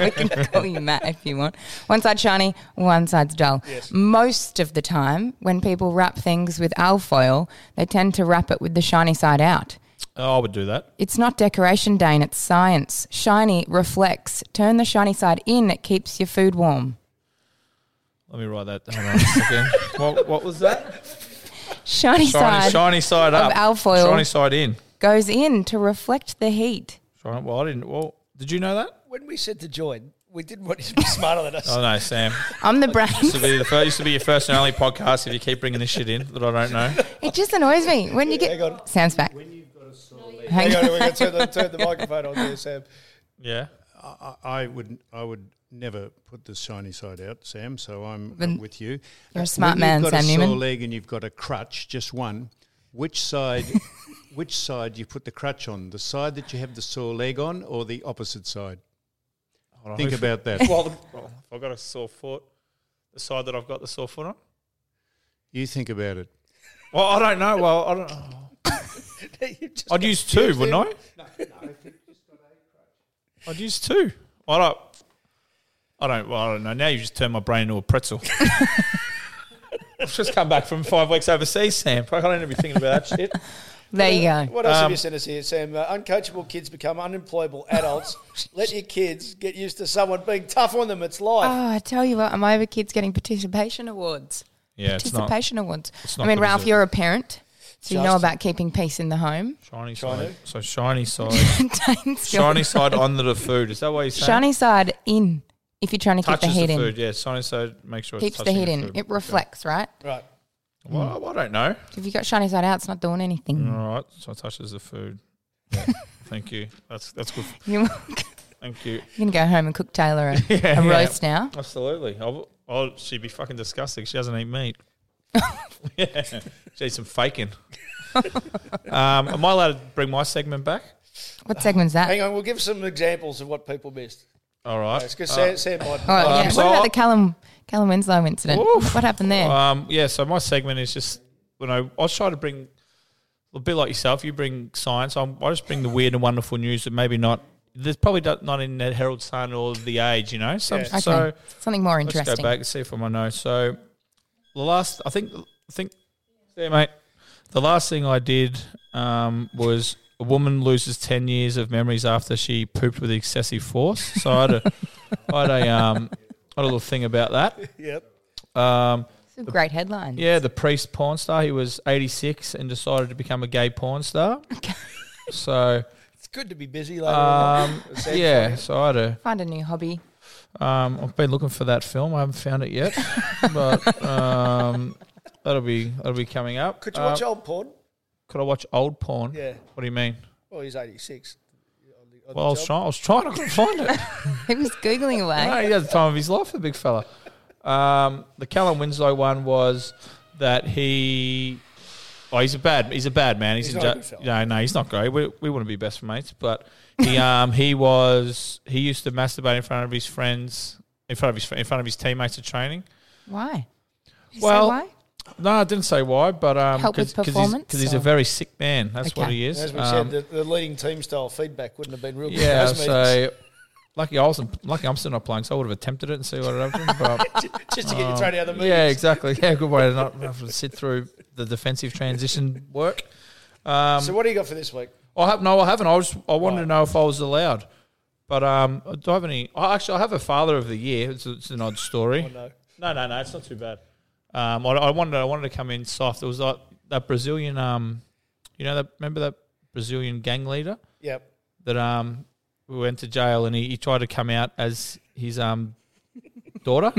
[SPEAKER 1] we can call you Matt if you want. One side's shiny, one side's dull. Most of the time, when people wrap things with alfoil, they tend to wrap it with the shiny side out.
[SPEAKER 2] Oh, I would do that.
[SPEAKER 1] It's not decoration, Dane, it's science. Shiny reflects. Turn the shiny side in, it keeps your food warm.
[SPEAKER 2] Let me write that. Hold on a second. what, what was that?
[SPEAKER 1] Shiny,
[SPEAKER 2] Shiny,
[SPEAKER 1] side
[SPEAKER 2] shiny side
[SPEAKER 1] of
[SPEAKER 2] up.
[SPEAKER 1] alfoil.
[SPEAKER 2] Shiny side in.
[SPEAKER 1] goes in to reflect the heat.
[SPEAKER 2] Shiny, well, I didn't. Well, did you know that?
[SPEAKER 4] When we said to join, we didn't want you to be smarter than us.
[SPEAKER 2] Oh no, Sam.
[SPEAKER 1] I'm the brain.
[SPEAKER 2] This will be the first, used to be your first and only podcast if you keep bringing this shit in that I don't know.
[SPEAKER 1] It just annoys me when you
[SPEAKER 4] Hang
[SPEAKER 1] get.
[SPEAKER 4] on.
[SPEAKER 1] Sam's back.
[SPEAKER 4] Hang
[SPEAKER 1] Hang
[SPEAKER 4] on, we're going to turn the, turn the microphone on there, Sam.
[SPEAKER 2] Yeah.
[SPEAKER 7] I, I would I would never put the shiny side out, Sam. So I'm
[SPEAKER 1] Then
[SPEAKER 7] I'm with you.
[SPEAKER 1] you're a
[SPEAKER 7] Uh,
[SPEAKER 1] smart
[SPEAKER 7] when
[SPEAKER 1] man,
[SPEAKER 7] you've got
[SPEAKER 1] Sam
[SPEAKER 7] a sore
[SPEAKER 1] Newman.
[SPEAKER 7] leg and you've got a crutch, just one. Which side? which side you put the crutch on? The side that you have the sore leg on, or the opposite side? Think about that.
[SPEAKER 2] Well, the, well, if I've got a sore foot, the side that I've got the sore foot on.
[SPEAKER 7] you think about it.
[SPEAKER 2] Well, I don't know. Well, I don't. I'd use two, wouldn't I? I'd use two. I don't. I don't. Well, I don't know. Now you just turned my brain into a pretzel. I've just come back from five weeks overseas, Sam. Fuck, I don't need to be thinking about that shit.
[SPEAKER 1] There you go. Um,
[SPEAKER 4] What else have you sent us here, Sam? Uh, uncoachable kids become unemployable adults. Let your kids get used to someone being tough on them. It's life.
[SPEAKER 1] Oh, I tell you what, I'm over kids getting participation awards.
[SPEAKER 2] Yeah, it's not
[SPEAKER 1] Participation awards.
[SPEAKER 2] not
[SPEAKER 1] I mean,
[SPEAKER 2] good, is
[SPEAKER 1] Ralph,
[SPEAKER 2] it?
[SPEAKER 1] you're a parent, so you know
[SPEAKER 4] Just-
[SPEAKER 1] about keeping peace in the home.
[SPEAKER 2] shiny side. So shiny side,
[SPEAKER 1] Dane's still-
[SPEAKER 2] shiny side on the food. Is that what you're saying?
[SPEAKER 1] Shiny side in if you're trying to keep the
[SPEAKER 2] touches the,
[SPEAKER 1] heat in.
[SPEAKER 2] food. Yeah, shiny side. Make sure
[SPEAKER 1] Keeps
[SPEAKER 2] it's
[SPEAKER 1] the
[SPEAKER 2] touching
[SPEAKER 1] heat in.
[SPEAKER 2] food.
[SPEAKER 1] It reflects, right?
[SPEAKER 4] Right.
[SPEAKER 2] Well, I don't know.
[SPEAKER 1] If you've got shiny side out, it's not doing anything.
[SPEAKER 2] All right, so it touches the food. Thank you. That's that's good.
[SPEAKER 1] You're
[SPEAKER 2] Thank you.
[SPEAKER 1] going to go home and cook Taylor a,
[SPEAKER 2] Yeah.
[SPEAKER 1] a roast now.
[SPEAKER 2] Absolutely. I'll, I'll, she'd be fucking disgusting. She doesn't eat meat. yeah. She eats some faking. um, am I allowed to bring my segment back?
[SPEAKER 1] What segment's
[SPEAKER 4] Uh,
[SPEAKER 1] that?
[SPEAKER 4] Hang on, we'll give some examples of what people missed.
[SPEAKER 2] All right.
[SPEAKER 4] Because
[SPEAKER 2] Uh,
[SPEAKER 4] Sam, Sam might.
[SPEAKER 1] Oh, yeah.
[SPEAKER 2] so
[SPEAKER 1] what
[SPEAKER 2] I-
[SPEAKER 1] about the Callum Callum Winslow incident?
[SPEAKER 2] Oof.
[SPEAKER 1] What happened there?
[SPEAKER 2] Um, yeah, so my segment is just you know I try to bring a bit like yourself. You bring science. I'm, I just bring the weird and wonderful news that maybe not. There's probably not not in the Herald Sun or the Age. You know, Some,
[SPEAKER 1] okay,
[SPEAKER 2] so
[SPEAKER 1] something more
[SPEAKER 2] let's go
[SPEAKER 1] interesting.
[SPEAKER 2] back and see from I know. So the last, I think, I think there, mate. The last thing I did um, was a woman loses ten years of memories after she pooped with excessive force. So I had a, I had a, um, I had a little thing about that.
[SPEAKER 4] Yep.
[SPEAKER 2] Um,
[SPEAKER 1] Some Great headline.
[SPEAKER 2] yeah, the priest porn star. He was 86 and decided to become a gay porn star. So,
[SPEAKER 4] It's good to be busy later.
[SPEAKER 2] um,
[SPEAKER 4] on. Sam's
[SPEAKER 2] yeah,
[SPEAKER 4] funny.
[SPEAKER 2] so I had a,
[SPEAKER 1] Find a new hobby.
[SPEAKER 2] um, I've been looking for that film. I haven't found it yet, but um, that'll be that'll be coming up.
[SPEAKER 4] Could you watch
[SPEAKER 2] Uh,
[SPEAKER 4] old porn?
[SPEAKER 2] could I watch old porn?
[SPEAKER 4] Yeah.
[SPEAKER 2] What do you mean?
[SPEAKER 4] Well, he's 86. On the- on the
[SPEAKER 2] Well, I was
[SPEAKER 4] job.
[SPEAKER 2] trying. I was trying. I couldn't find it.
[SPEAKER 1] He was googling away.
[SPEAKER 2] No, he had the time of his life, the big fella. Um, the Callum Winslow one was that he. Oh, he's a bad. He's a bad man. He's,
[SPEAKER 1] He's
[SPEAKER 2] a
[SPEAKER 1] not a
[SPEAKER 2] ju-
[SPEAKER 1] good fella.
[SPEAKER 2] no, no, he's not great. We, we wouldn't be best mates, but he um he was he used to masturbate in front of his friends, in front of his fr- in front of his teammates at training.
[SPEAKER 5] Why? Did you say
[SPEAKER 2] Well,
[SPEAKER 5] why?
[SPEAKER 2] No, I didn't say why, but um,
[SPEAKER 5] Help with
[SPEAKER 2] because he's,
[SPEAKER 5] performance,
[SPEAKER 2] 'cause he's a
[SPEAKER 5] or-
[SPEAKER 2] very sick man. That's what
[SPEAKER 5] Okay.
[SPEAKER 2] he is.
[SPEAKER 1] As we
[SPEAKER 2] Um,
[SPEAKER 1] said, the, the leading team style feedback wouldn't have been real good. for
[SPEAKER 2] yeah,
[SPEAKER 1] those meetings.
[SPEAKER 2] so lucky I wasn't. Lucky I'm still not playing, so I would have attempted it and see what happened. But
[SPEAKER 1] just to get you thrown out of the
[SPEAKER 2] yeah,
[SPEAKER 1] meetings.
[SPEAKER 2] exactly. Yeah, good way to not have to sit through the defensive transition work. Um,
[SPEAKER 1] So what do you got for this week?
[SPEAKER 2] I have no, I haven't. I was, I wanted to know if I was allowed. But um, do I have any? I actually, I have a father of the year. It's, it's an odd story.
[SPEAKER 1] no.
[SPEAKER 2] Oh, no, no, no. It's not too bad. Um, I, I wanted, I wanted to come in soft. It was like that Brazilian. Um, you know that? Remember that Brazilian gang leader
[SPEAKER 1] Yep.
[SPEAKER 2] that um, who went to jail and he, he tried to come out as his um, daughter.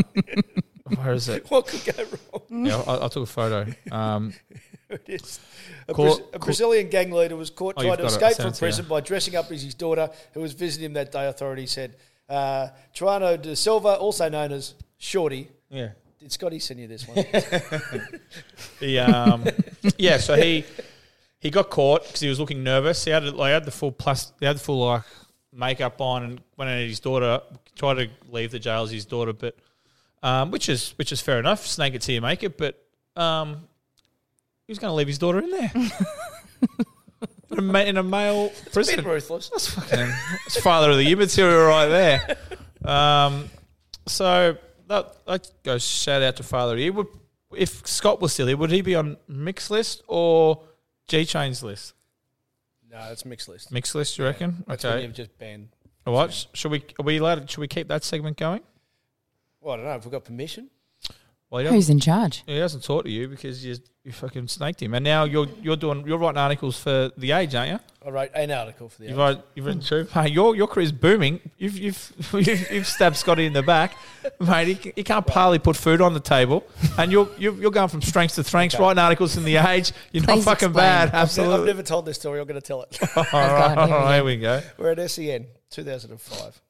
[SPEAKER 2] Where is it?
[SPEAKER 1] What could go wrong?
[SPEAKER 2] Yeah, I, I took a photo. Um,
[SPEAKER 1] It is. A,
[SPEAKER 2] Caught-
[SPEAKER 1] Braz- a Brazilian gang leader was caught
[SPEAKER 2] Oh,
[SPEAKER 1] trying
[SPEAKER 2] you've
[SPEAKER 1] to
[SPEAKER 2] got it.
[SPEAKER 1] escape from
[SPEAKER 2] Sounds-
[SPEAKER 1] prison
[SPEAKER 2] yeah.
[SPEAKER 1] by dressing up as his daughter, who was visiting him that day. Authorities said uh, Toronto de Silva, also known as Shorty.
[SPEAKER 2] yeah.
[SPEAKER 1] Did Scotty send you this one?
[SPEAKER 2] The um, yeah, so he he got caught because he was looking nervous. He had like had the full plus, he had the full like makeup on, and went out at his daughter. Tried to leave the jail as his daughter, but um, which is which is fair enough. Snake it till you make it, but um, he was going to leave his daughter in there. In a ma- In a male
[SPEAKER 1] Bit
[SPEAKER 2] prison,
[SPEAKER 1] ruthless.
[SPEAKER 2] that's fucking. It's father of the year material right there. Um, so that, that goes shout out to father of the year. Would, if Scott was still here, would he be on mix list or G Chain's list?
[SPEAKER 1] No, that's mixed list.
[SPEAKER 2] Mix list, you reckon?
[SPEAKER 1] That's when
[SPEAKER 2] okay.
[SPEAKER 1] you've just banned.
[SPEAKER 2] All right. sh- Should we? Are we allowed? Should we keep that segment going?
[SPEAKER 1] Well, I don't know. Have we got permission?
[SPEAKER 2] Well, he
[SPEAKER 5] Who's
[SPEAKER 2] doesn't,
[SPEAKER 5] in charge?
[SPEAKER 2] he doesn't talk to you because you you fucking snaked him, and now you're you're doing you're writing articles for the Age, aren't you?
[SPEAKER 1] I wrote an article for the.
[SPEAKER 2] You've written, you've written two. Hey, your your career's booming. You've you've you've, you've stabbed Scotty in the back, mate. He, c- he can't partly put food on the table, and you're you're, you're going from strengths to strengths, writing articles in the Age. You're not
[SPEAKER 5] Please
[SPEAKER 2] fucking
[SPEAKER 5] explain.
[SPEAKER 2] bad.
[SPEAKER 1] I've, I've
[SPEAKER 2] Absolutely.
[SPEAKER 1] never told this story. I'm going to tell it.
[SPEAKER 2] All
[SPEAKER 5] God,
[SPEAKER 2] right,
[SPEAKER 5] here we go.
[SPEAKER 2] here we go.
[SPEAKER 1] We're at E SEN 2005.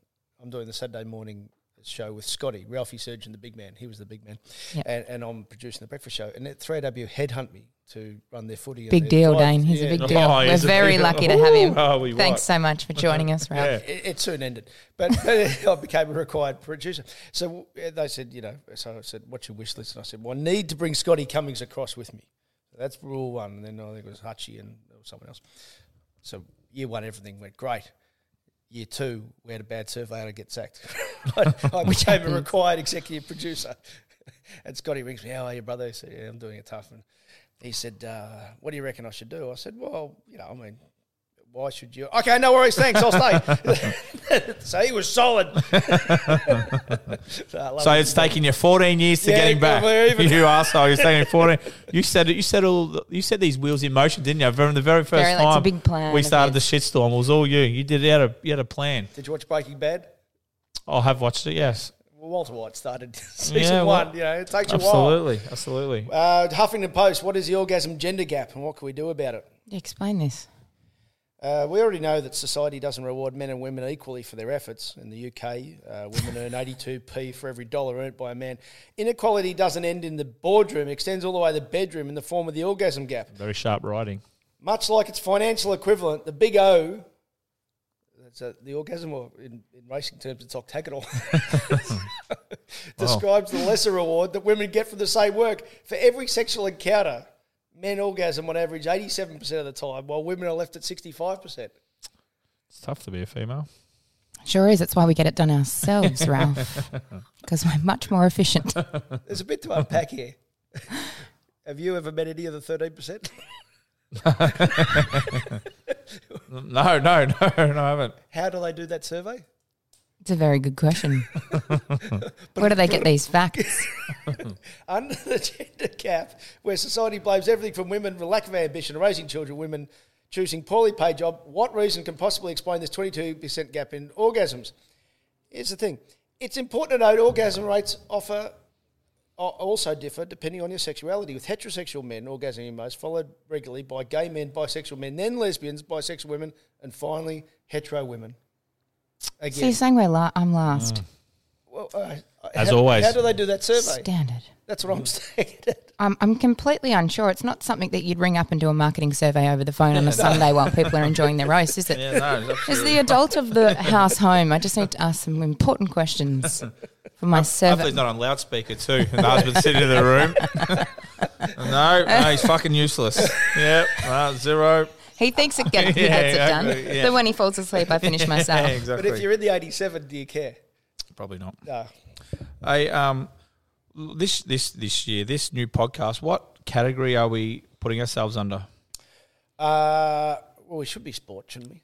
[SPEAKER 1] I'm doing the Saturday morning show with Scotty, Ralphie Surgeon, the big man. He was the big man.
[SPEAKER 5] Yep.
[SPEAKER 1] And, and I'm producing the breakfast show. And at 3W headhunt me to run their footy. and
[SPEAKER 5] Big
[SPEAKER 1] their
[SPEAKER 5] deal,
[SPEAKER 1] drive.
[SPEAKER 5] Dane. He's a
[SPEAKER 1] Yeah.
[SPEAKER 5] big
[SPEAKER 2] Oh,
[SPEAKER 5] deal. We're
[SPEAKER 2] he's a
[SPEAKER 5] very
[SPEAKER 2] big-
[SPEAKER 5] lucky to have him.
[SPEAKER 2] Ooh, are we
[SPEAKER 5] Thanks
[SPEAKER 2] right.
[SPEAKER 5] so much for joining us, Ralph.
[SPEAKER 2] Yeah.
[SPEAKER 1] It, it soon ended, but, but I became a required producer. So uh, they said, you know, so I said, what's your wish list? And I said, well, I need to bring Scotty Cummings across with me. That's rule one. And then I think it was Hutchie and there was someone else. So year one, everything went great. Year two, we had a bad survey and I get sacked. I, I became a
[SPEAKER 5] happens.
[SPEAKER 1] required executive producer. And Scotty rings me, how are you, brother? He said, yeah, I'm doing it tough. And he said, uh, what do you reckon I should do? I said, well, you know, I mean, why should you? Okay, no worries, thanks, I'll stay. so he was solid. So I love
[SPEAKER 2] So
[SPEAKER 1] it.
[SPEAKER 2] it's taking you 14 years to
[SPEAKER 1] Yeah,
[SPEAKER 2] get him back.
[SPEAKER 1] we're even-
[SPEAKER 2] You asshole. It's taking 14. You said it. You said all. the- You said these wheels in motion, didn't you? From the very first
[SPEAKER 5] Very, like, it's a
[SPEAKER 2] time
[SPEAKER 5] big plan
[SPEAKER 2] we
[SPEAKER 5] of
[SPEAKER 2] started the
[SPEAKER 5] his.
[SPEAKER 2] shitstorm, it was all you. You did. You had a. You had a plan.
[SPEAKER 1] Did you watch Breaking Bad?
[SPEAKER 2] I have watched it. Yes.
[SPEAKER 1] Well, Walter White started season
[SPEAKER 2] Yeah,
[SPEAKER 1] one.
[SPEAKER 2] well,
[SPEAKER 1] you know, it takes you a while.
[SPEAKER 2] Absolutely. Absolutely.
[SPEAKER 1] Uh, Huffington Post, what is the orgasm gender gap and what can we do about it?
[SPEAKER 5] Explain this.
[SPEAKER 1] Uh, we already know that society doesn't reward men and women equally for their efforts. In the UK, uh, women earn 82p for every dollar earned by a man. Inequality doesn't end in the boardroom, it extends all the way to the bedroom in the form of the orgasm gap.
[SPEAKER 2] Very sharp writing.
[SPEAKER 1] Much like its financial equivalent, the big O, that's uh the orgasm, or in, in racing terms, it's octagonal, describes the lesser reward that women get for the same work. For every sexual encounter, men orgasm on average 87% of the time, while women are left at 65%.
[SPEAKER 2] It's tough to be a female.
[SPEAKER 5] Sure is. That's why we get it done ourselves, Ralph. Because we're much more efficient.
[SPEAKER 1] There's a bit to unpack here. Have you ever met any of the 13%?
[SPEAKER 2] No, no, no, no. I haven't.
[SPEAKER 1] How do they do that survey?
[SPEAKER 5] It's a very good question. Where do they get these facts?
[SPEAKER 1] under the gender gap, where society blames everything from women for lack of ambition, raising children, women choosing poorly paid job, what reason can possibly explain this 22% gap in orgasms? Here's the thing. It's important to note orgasm rates offer are also differ depending on your sexuality, with heterosexual men orgasming most, followed regularly by gay men, bisexual men, then lesbians, bisexual women, and finally hetero women.
[SPEAKER 5] So you're
[SPEAKER 1] Again,
[SPEAKER 5] saying we're la- I'm last.
[SPEAKER 1] well, uh,
[SPEAKER 2] as
[SPEAKER 1] how,
[SPEAKER 2] always.
[SPEAKER 1] How do they do that survey?
[SPEAKER 5] Standard.
[SPEAKER 1] That's what I'm saying.
[SPEAKER 5] I'm, I'm completely unsure. It's not something that you'd ring up and do a marketing survey over the phone on a Sunday while people are enjoying their roast, is it?
[SPEAKER 2] Yeah, no, it's
[SPEAKER 5] As
[SPEAKER 2] absolutely-
[SPEAKER 5] the adult of the house home, I just need to ask some important questions for my
[SPEAKER 2] Hopefully
[SPEAKER 5] servant.
[SPEAKER 2] he's not on loudspeaker too, and the husband's sitting in the room. no, no, he's fucking useless. Yep, no, zero.
[SPEAKER 5] He thinks it get, he
[SPEAKER 2] Yeah,
[SPEAKER 5] gets it done.
[SPEAKER 2] exactly, yeah.
[SPEAKER 5] But when he falls asleep, I finish myself.
[SPEAKER 2] Yeah, exactly.
[SPEAKER 1] But if you're in the 87, do you care?
[SPEAKER 2] Probably not.
[SPEAKER 1] No.
[SPEAKER 2] Hey, um, this this this year, this new podcast, what category are we putting ourselves under?
[SPEAKER 1] Uh, well, we should be sport, shouldn't we?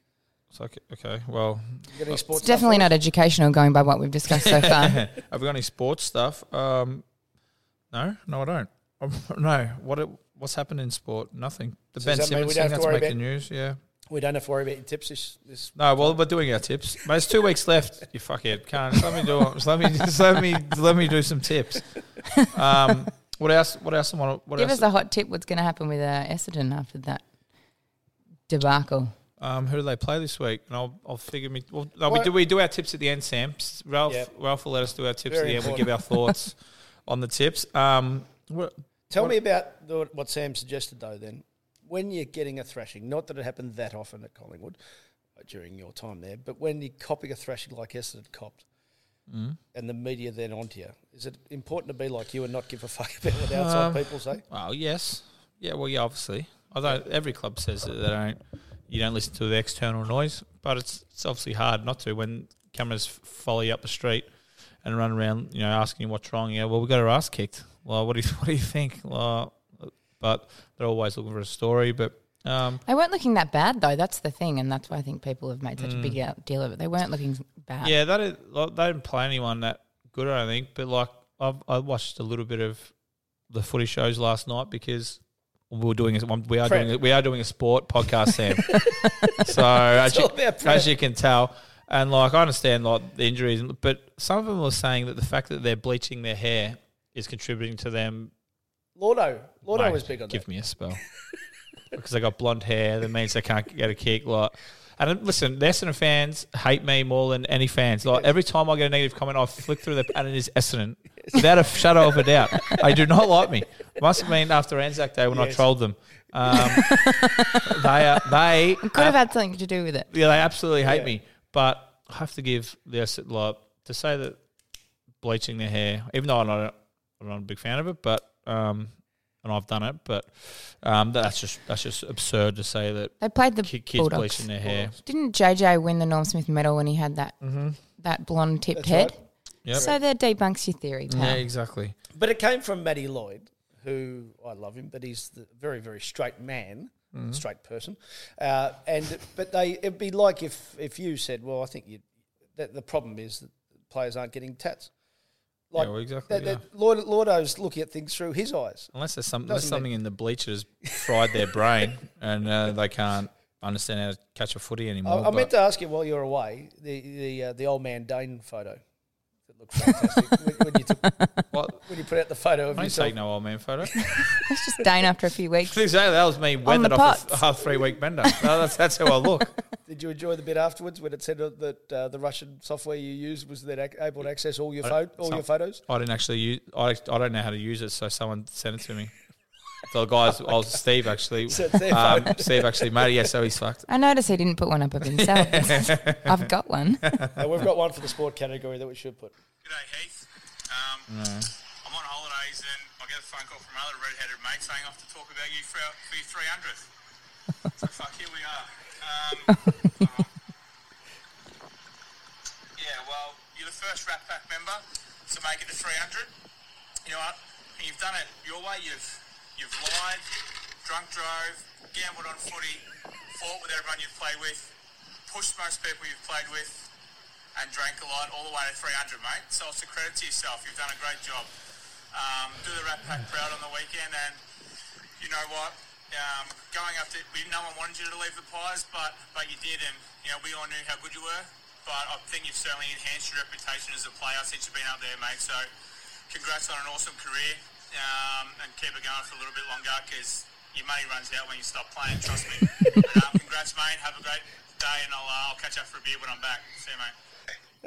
[SPEAKER 2] It's like, okay, well,
[SPEAKER 1] You got any sports?
[SPEAKER 5] It's definitely
[SPEAKER 1] stuff
[SPEAKER 5] not educational going by what we've discussed so far.
[SPEAKER 2] have we got any sports stuff? Um, no, no, I don't. Um, no, what it, what's happened in sport? Nothing. The
[SPEAKER 1] So
[SPEAKER 2] Ben
[SPEAKER 1] does that mean we don't have to
[SPEAKER 2] Simmons thing that's
[SPEAKER 1] worry
[SPEAKER 2] making
[SPEAKER 1] about-
[SPEAKER 2] news. Yeah.
[SPEAKER 1] for us? We don't have to worry about your tips this, this
[SPEAKER 2] No, well, we're doing our tips. But it's two weeks left. You fuckhead. Can't just let me do it. Just let me just let me let me do some tips. Um, what else? What else? I want to. What
[SPEAKER 5] Give
[SPEAKER 2] else?
[SPEAKER 5] us a hot tip what's going to happen with uh, Essendon after that debacle.
[SPEAKER 2] Um, who do they play this week? And I'll, I'll figure me. Well, no, we
[SPEAKER 1] What-
[SPEAKER 2] do we do our tips at the end, Sam. S- Ralph,
[SPEAKER 1] Yep.
[SPEAKER 2] Ralph will let us do our tips
[SPEAKER 1] Very
[SPEAKER 2] at the end. We'll give our thoughts on the tips. Um, what,
[SPEAKER 1] Tell me about the, what Sam suggested, though, then. When you're getting a thrashing, not that it happened that often at Collingwood uh, during your time there, but when you're copying a thrashing like Essendon copped and the media then onto you, is it important to be like you and not give a fuck about what outside people say?
[SPEAKER 2] well, Oh, yes, yeah, well, yeah, obviously. Although every club says that they don't, you don't listen to the external noise, but it's it's obviously hard not to when cameras f- follow you up the street and run around, you know, asking you what's wrong. Yeah, well, we got our ass kicked. Well, what do you what do you think? Well, but they're always looking for a story, but. Um,
[SPEAKER 5] They weren't looking that bad, though. That's the thing. And that's why I think people have made such a big out- deal of it. They weren't looking bad.
[SPEAKER 2] Mm. Yeah, that is, like, they didn't play anyone that good, I don't think. But like, I've, I watched a little bit of the footy shows last night because we were doing a, we are
[SPEAKER 1] Prep.
[SPEAKER 2] doing a, we are doing a sport podcast, Sam. so as you,
[SPEAKER 1] all about prep.
[SPEAKER 2] as you can tell, and like I understand like the injuries, and- but some of them were saying that the fact that they're bleaching their hair is contributing to them.
[SPEAKER 1] Lordo. Lordo
[SPEAKER 2] Mate,
[SPEAKER 1] was big on
[SPEAKER 2] give
[SPEAKER 1] that.
[SPEAKER 2] me a spell because they got blonde hair. That means they can't get a kick. Like, and listen, the Essendon fans hate me more than any fans. Like every time I get a negative comment, I flick through the and it is Essendon without a shadow of a doubt. They do not like me. Must have been after Anzac Day when I
[SPEAKER 1] Yes.
[SPEAKER 2] trolled them. Um, they are, they
[SPEAKER 5] Could have had something to do with it.
[SPEAKER 2] yeah, they absolutely hate me. But I have to give the Essendon like to say that bleaching their hair, even though I'm not, a, Oh, I'm not a big fan of it, but um, and I've done it, but um, that's just that's just absurd to say that
[SPEAKER 5] They played the
[SPEAKER 2] ki- kids
[SPEAKER 5] Bulldogs.
[SPEAKER 2] bleaching their hair.
[SPEAKER 5] Didn't JJ win the Norm Smith medal when he had that
[SPEAKER 1] Mm-hmm.
[SPEAKER 5] that blonde tipped head?
[SPEAKER 2] Yep.
[SPEAKER 5] So that debunks your theory, pal.
[SPEAKER 2] Yeah, exactly.
[SPEAKER 1] But it came from Matty Lloyd, who I love him, but he's the very, very straight man,
[SPEAKER 2] Mm-hmm.
[SPEAKER 1] straight person. Uh, and but they it'd be like if if you said, well, I think you that the problem is that players aren't getting tats. Like
[SPEAKER 2] well, exactly,
[SPEAKER 1] That, that Lord, Lordo's looking at things through his eyes.
[SPEAKER 2] Unless there's something, unless something in the bleachers fried their brain and uh, they can't understand how to catch a footy anymore.
[SPEAKER 1] I, I meant
[SPEAKER 2] but-
[SPEAKER 1] to ask you while you were away the the uh, the old man Dane photo. It looked fantastic when, when, you took,
[SPEAKER 2] what?
[SPEAKER 1] when you put out the photo of
[SPEAKER 2] I didn't
[SPEAKER 1] yourself.
[SPEAKER 2] take no old man photo.
[SPEAKER 5] It's just Dane after a few weeks.
[SPEAKER 2] exactly, that was me weathered
[SPEAKER 5] the
[SPEAKER 2] off a
[SPEAKER 5] pots.
[SPEAKER 2] half three week bender. No, that's, that's how I look.
[SPEAKER 1] Did you enjoy the bit afterwards when it said that uh, the Russian software you used was then ac- able to access all your pho- all
[SPEAKER 2] some-
[SPEAKER 1] your photos?
[SPEAKER 2] I didn't actually use. I, I don't know how to use it, so someone sent it to me. The guys, I was Steve actually.
[SPEAKER 1] So it's their
[SPEAKER 2] um,
[SPEAKER 1] phone.
[SPEAKER 2] Steve actually made it. Yeah, so he's fucked.
[SPEAKER 5] I noticed he didn't put one up of himself. I've got one.
[SPEAKER 1] Uh, we've got one for the sport category that we should put.
[SPEAKER 7] G'day Heath. Um, I'm on holidays and I get a phone call from another redheaded mate saying I have to talk about you for, our- for your 300th. so fuck, here we are. Um, alright. yeah, well, you're the first Rat Pack member to make it to 300. You know what? And you've done it your way. You've you've lied, drunk drove, gambled on footy, fought with everyone you've played with, pushed most people you've played with, and drank a lot all the way to 300, mate. So it's a credit to yourself. You've done a great job. Um, do the Rat Pack proud on the weekend, and you know what? Um, going up to, we, no one wanted you to leave the Pies, but but you did, and you know we all knew how good you were. But I think you've certainly enhanced your reputation as a player since you've been up there, mate. So congrats on an awesome career, um, and keep it going for a little bit longer because your money runs out when you stop playing. Trust me. um, congrats, mate. Have a great day, and I'll, uh, I'll catch up for a beer when I'm back. See you, mate.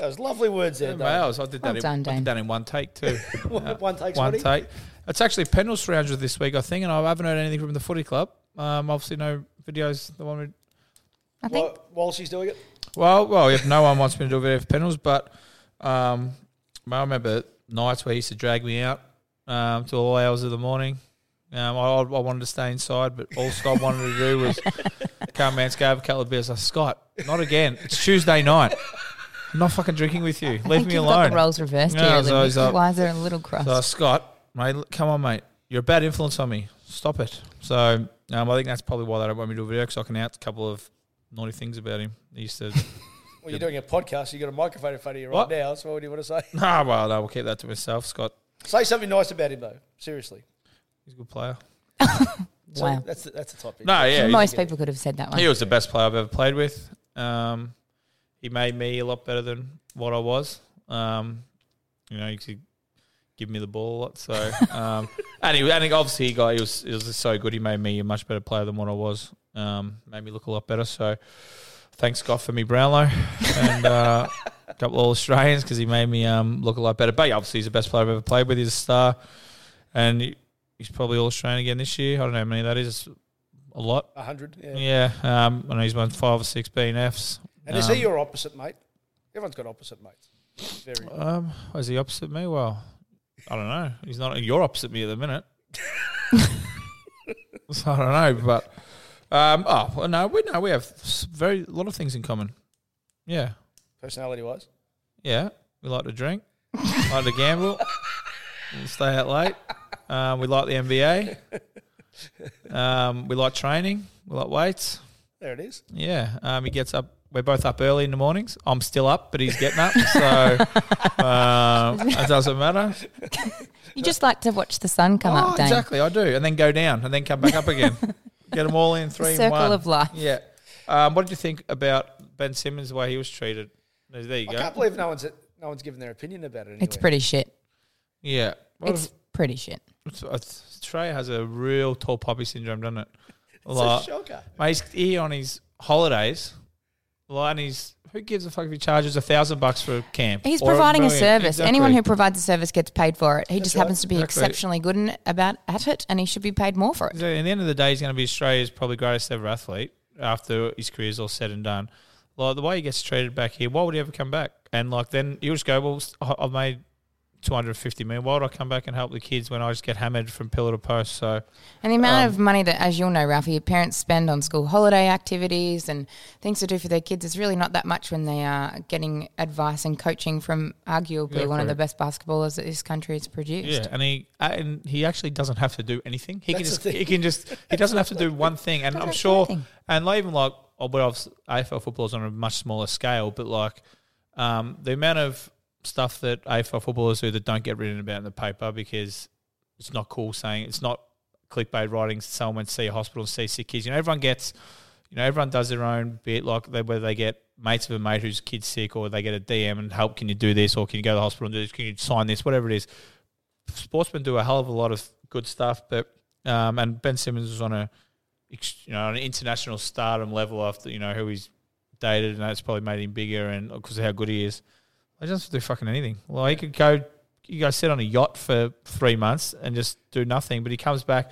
[SPEAKER 1] That was lovely words there, Dave.
[SPEAKER 2] Miles, I did
[SPEAKER 5] Well
[SPEAKER 2] that.
[SPEAKER 5] done,
[SPEAKER 2] in, I
[SPEAKER 5] Dane.
[SPEAKER 2] did that in one take too.
[SPEAKER 1] One-
[SPEAKER 2] Uh,
[SPEAKER 1] one take's
[SPEAKER 2] One
[SPEAKER 1] funny.
[SPEAKER 2] take. It's actually Pendle's rounds this week, I think, and I haven't heard anything from the Footy Club. Um, obviously, no videos. The one we
[SPEAKER 5] I think
[SPEAKER 1] While, while she's doing it,
[SPEAKER 2] Well, well, if no one wants me to do a video for panels, but um, I remember nights where he used to drag me out um, to all hours of the morning. Um, I, I wanted to stay inside, but all Scott wanted to do was come out, go have a couple of beers. I said, Scott, not again. It's Tuesday night. I'm not fucking drinking with you.
[SPEAKER 5] I
[SPEAKER 2] Leave
[SPEAKER 5] think
[SPEAKER 2] me
[SPEAKER 5] you've
[SPEAKER 2] alone.
[SPEAKER 5] got the roles reversed
[SPEAKER 2] Yeah,
[SPEAKER 5] here. a
[SPEAKER 2] so
[SPEAKER 5] little
[SPEAKER 2] he's
[SPEAKER 5] bit.
[SPEAKER 2] like-
[SPEAKER 5] Why is there a little cross?
[SPEAKER 2] so Scott, mate, l- come on, mate. You're a bad influence on me. Stop it. So um, I think that's probably why they don't want me to do a video because I can out a couple of naughty things about him. He used to
[SPEAKER 1] well, you're doing a podcast. You've got a microphone in front of you right
[SPEAKER 2] What?
[SPEAKER 1] now. So what do you want to say?
[SPEAKER 2] Ah, well, no, we'll keep that to myself. Scott,
[SPEAKER 1] say something nice about him, though. Seriously.
[SPEAKER 2] he's a good player.
[SPEAKER 1] So
[SPEAKER 5] Wow.
[SPEAKER 1] That's the, that's the topic.
[SPEAKER 2] No, yeah, he's-
[SPEAKER 5] Most people could have said that one.
[SPEAKER 2] he was the best player I've ever played with. Um, he made me a lot better than what I was. Um, you know, he could give me the ball a lot. So, um, and he, and he- obviously he got he was he was so good. He made me a much better player than what I was. Um, made me look a lot better. So, thanks God for me Brownlow and uh, a couple of Australians because he made me um, look a lot better. But yeah, obviously he's the best player I've ever played with. He's a star, and he- he's probably all Australian again this year. I don't know how many that is. A lot.
[SPEAKER 1] 100. Yeah.
[SPEAKER 2] Yeah, um, I know he's won five or six BNFs.
[SPEAKER 1] And
[SPEAKER 2] Um,
[SPEAKER 1] is he your opposite mate? Everyone's got opposite mates. Very.
[SPEAKER 2] Um, is he opposite me? Well, I don't know. He's not. You're opposite me at the minute. so I don't know, but um, oh well, no, we no, we have s- very a lot of things in common. Yeah,
[SPEAKER 1] personality wise.
[SPEAKER 2] yeah, we like to drink, like to gamble, we stay out late. Um, we like the NBA. Um, we like training. We like weights.
[SPEAKER 1] There it is.
[SPEAKER 2] Yeah, um, he gets up. We're both up early in the mornings. I'm still up, but he's getting up, so um, it doesn't matter.
[SPEAKER 5] You just like to watch the sun come
[SPEAKER 2] Oh,
[SPEAKER 5] up, Dane.
[SPEAKER 2] exactly, I do, and then go down, and then come back up again. Get them all in three. in
[SPEAKER 5] circle
[SPEAKER 2] one.
[SPEAKER 5] of life.
[SPEAKER 2] Yeah. Um, what did you think about Ben Simmons? The way he was treated. There there you
[SPEAKER 1] I
[SPEAKER 2] go.
[SPEAKER 1] can't believe no one's no one's given their opinion about it. Anyway.
[SPEAKER 5] It's pretty shit.
[SPEAKER 2] yeah. What
[SPEAKER 5] It's pretty shit.
[SPEAKER 2] if- it's- Trey has a real tall poppy syndrome, doesn't it?
[SPEAKER 1] It's a shocker.
[SPEAKER 2] Mate, he's here on his holidays. Like, and he's who gives a fuck if he charges a thousand bucks for a camp?
[SPEAKER 5] He's
[SPEAKER 2] or
[SPEAKER 5] providing a
[SPEAKER 2] million?
[SPEAKER 5] service. Anyone
[SPEAKER 2] Exactly.
[SPEAKER 5] who provides a service gets paid for it. He just happens to be
[SPEAKER 2] Exactly.
[SPEAKER 5] exceptionally good in, about at it, and he should be paid more for it.
[SPEAKER 2] So at the end of the day, he's going to be Australia's probably greatest ever athlete after his career's all said and done. Like the way he gets treated back here, why would he ever come back? And like then he'll just go, well, oh, I- I've made 250 million. Why would I come back and help the kids when I just get hammered from pillar to post? So um,
[SPEAKER 5] And the amount of money that, as you'll know, Ralphie, your parents spend on school holiday activities and things to do for their kids is really not that much when they are getting advice and coaching from arguably one
[SPEAKER 2] Exactly.
[SPEAKER 5] of the best basketballers that this country has produced.
[SPEAKER 2] yeah, and he and he actually doesn't have to do anything. He
[SPEAKER 1] That's
[SPEAKER 2] can just
[SPEAKER 1] the thing.
[SPEAKER 2] he can just he doesn't have to do one thing. And
[SPEAKER 5] Doesn't
[SPEAKER 2] I'm
[SPEAKER 5] have to do
[SPEAKER 2] sure
[SPEAKER 5] anything.
[SPEAKER 2] and like, even like oh, but obviously AFL football is on a much smaller scale, but like um, the amount of stuff that AFL footballers do that don't get written about in the paper because it's not cool saying it's not clickbait writing. Someone went to see a hospital and see sick kids. You know, everyone gets, you know, everyone does their own bit. Like they, whether they get mates of a mate whose kid's sick, or they get a DM and help. Can you do this, or can you go to the hospital and do this? Can you sign this? Whatever it is, sportsmen do a hell of a lot of good stuff. But um, and Ben Simmons was on a, ex- you know, an international stardom level after you know who he's dated, and that's probably made him bigger, and because of how good he is. I just do fucking anything. Well, he could go, you go sit on a yacht for three months and just do nothing, but he comes back,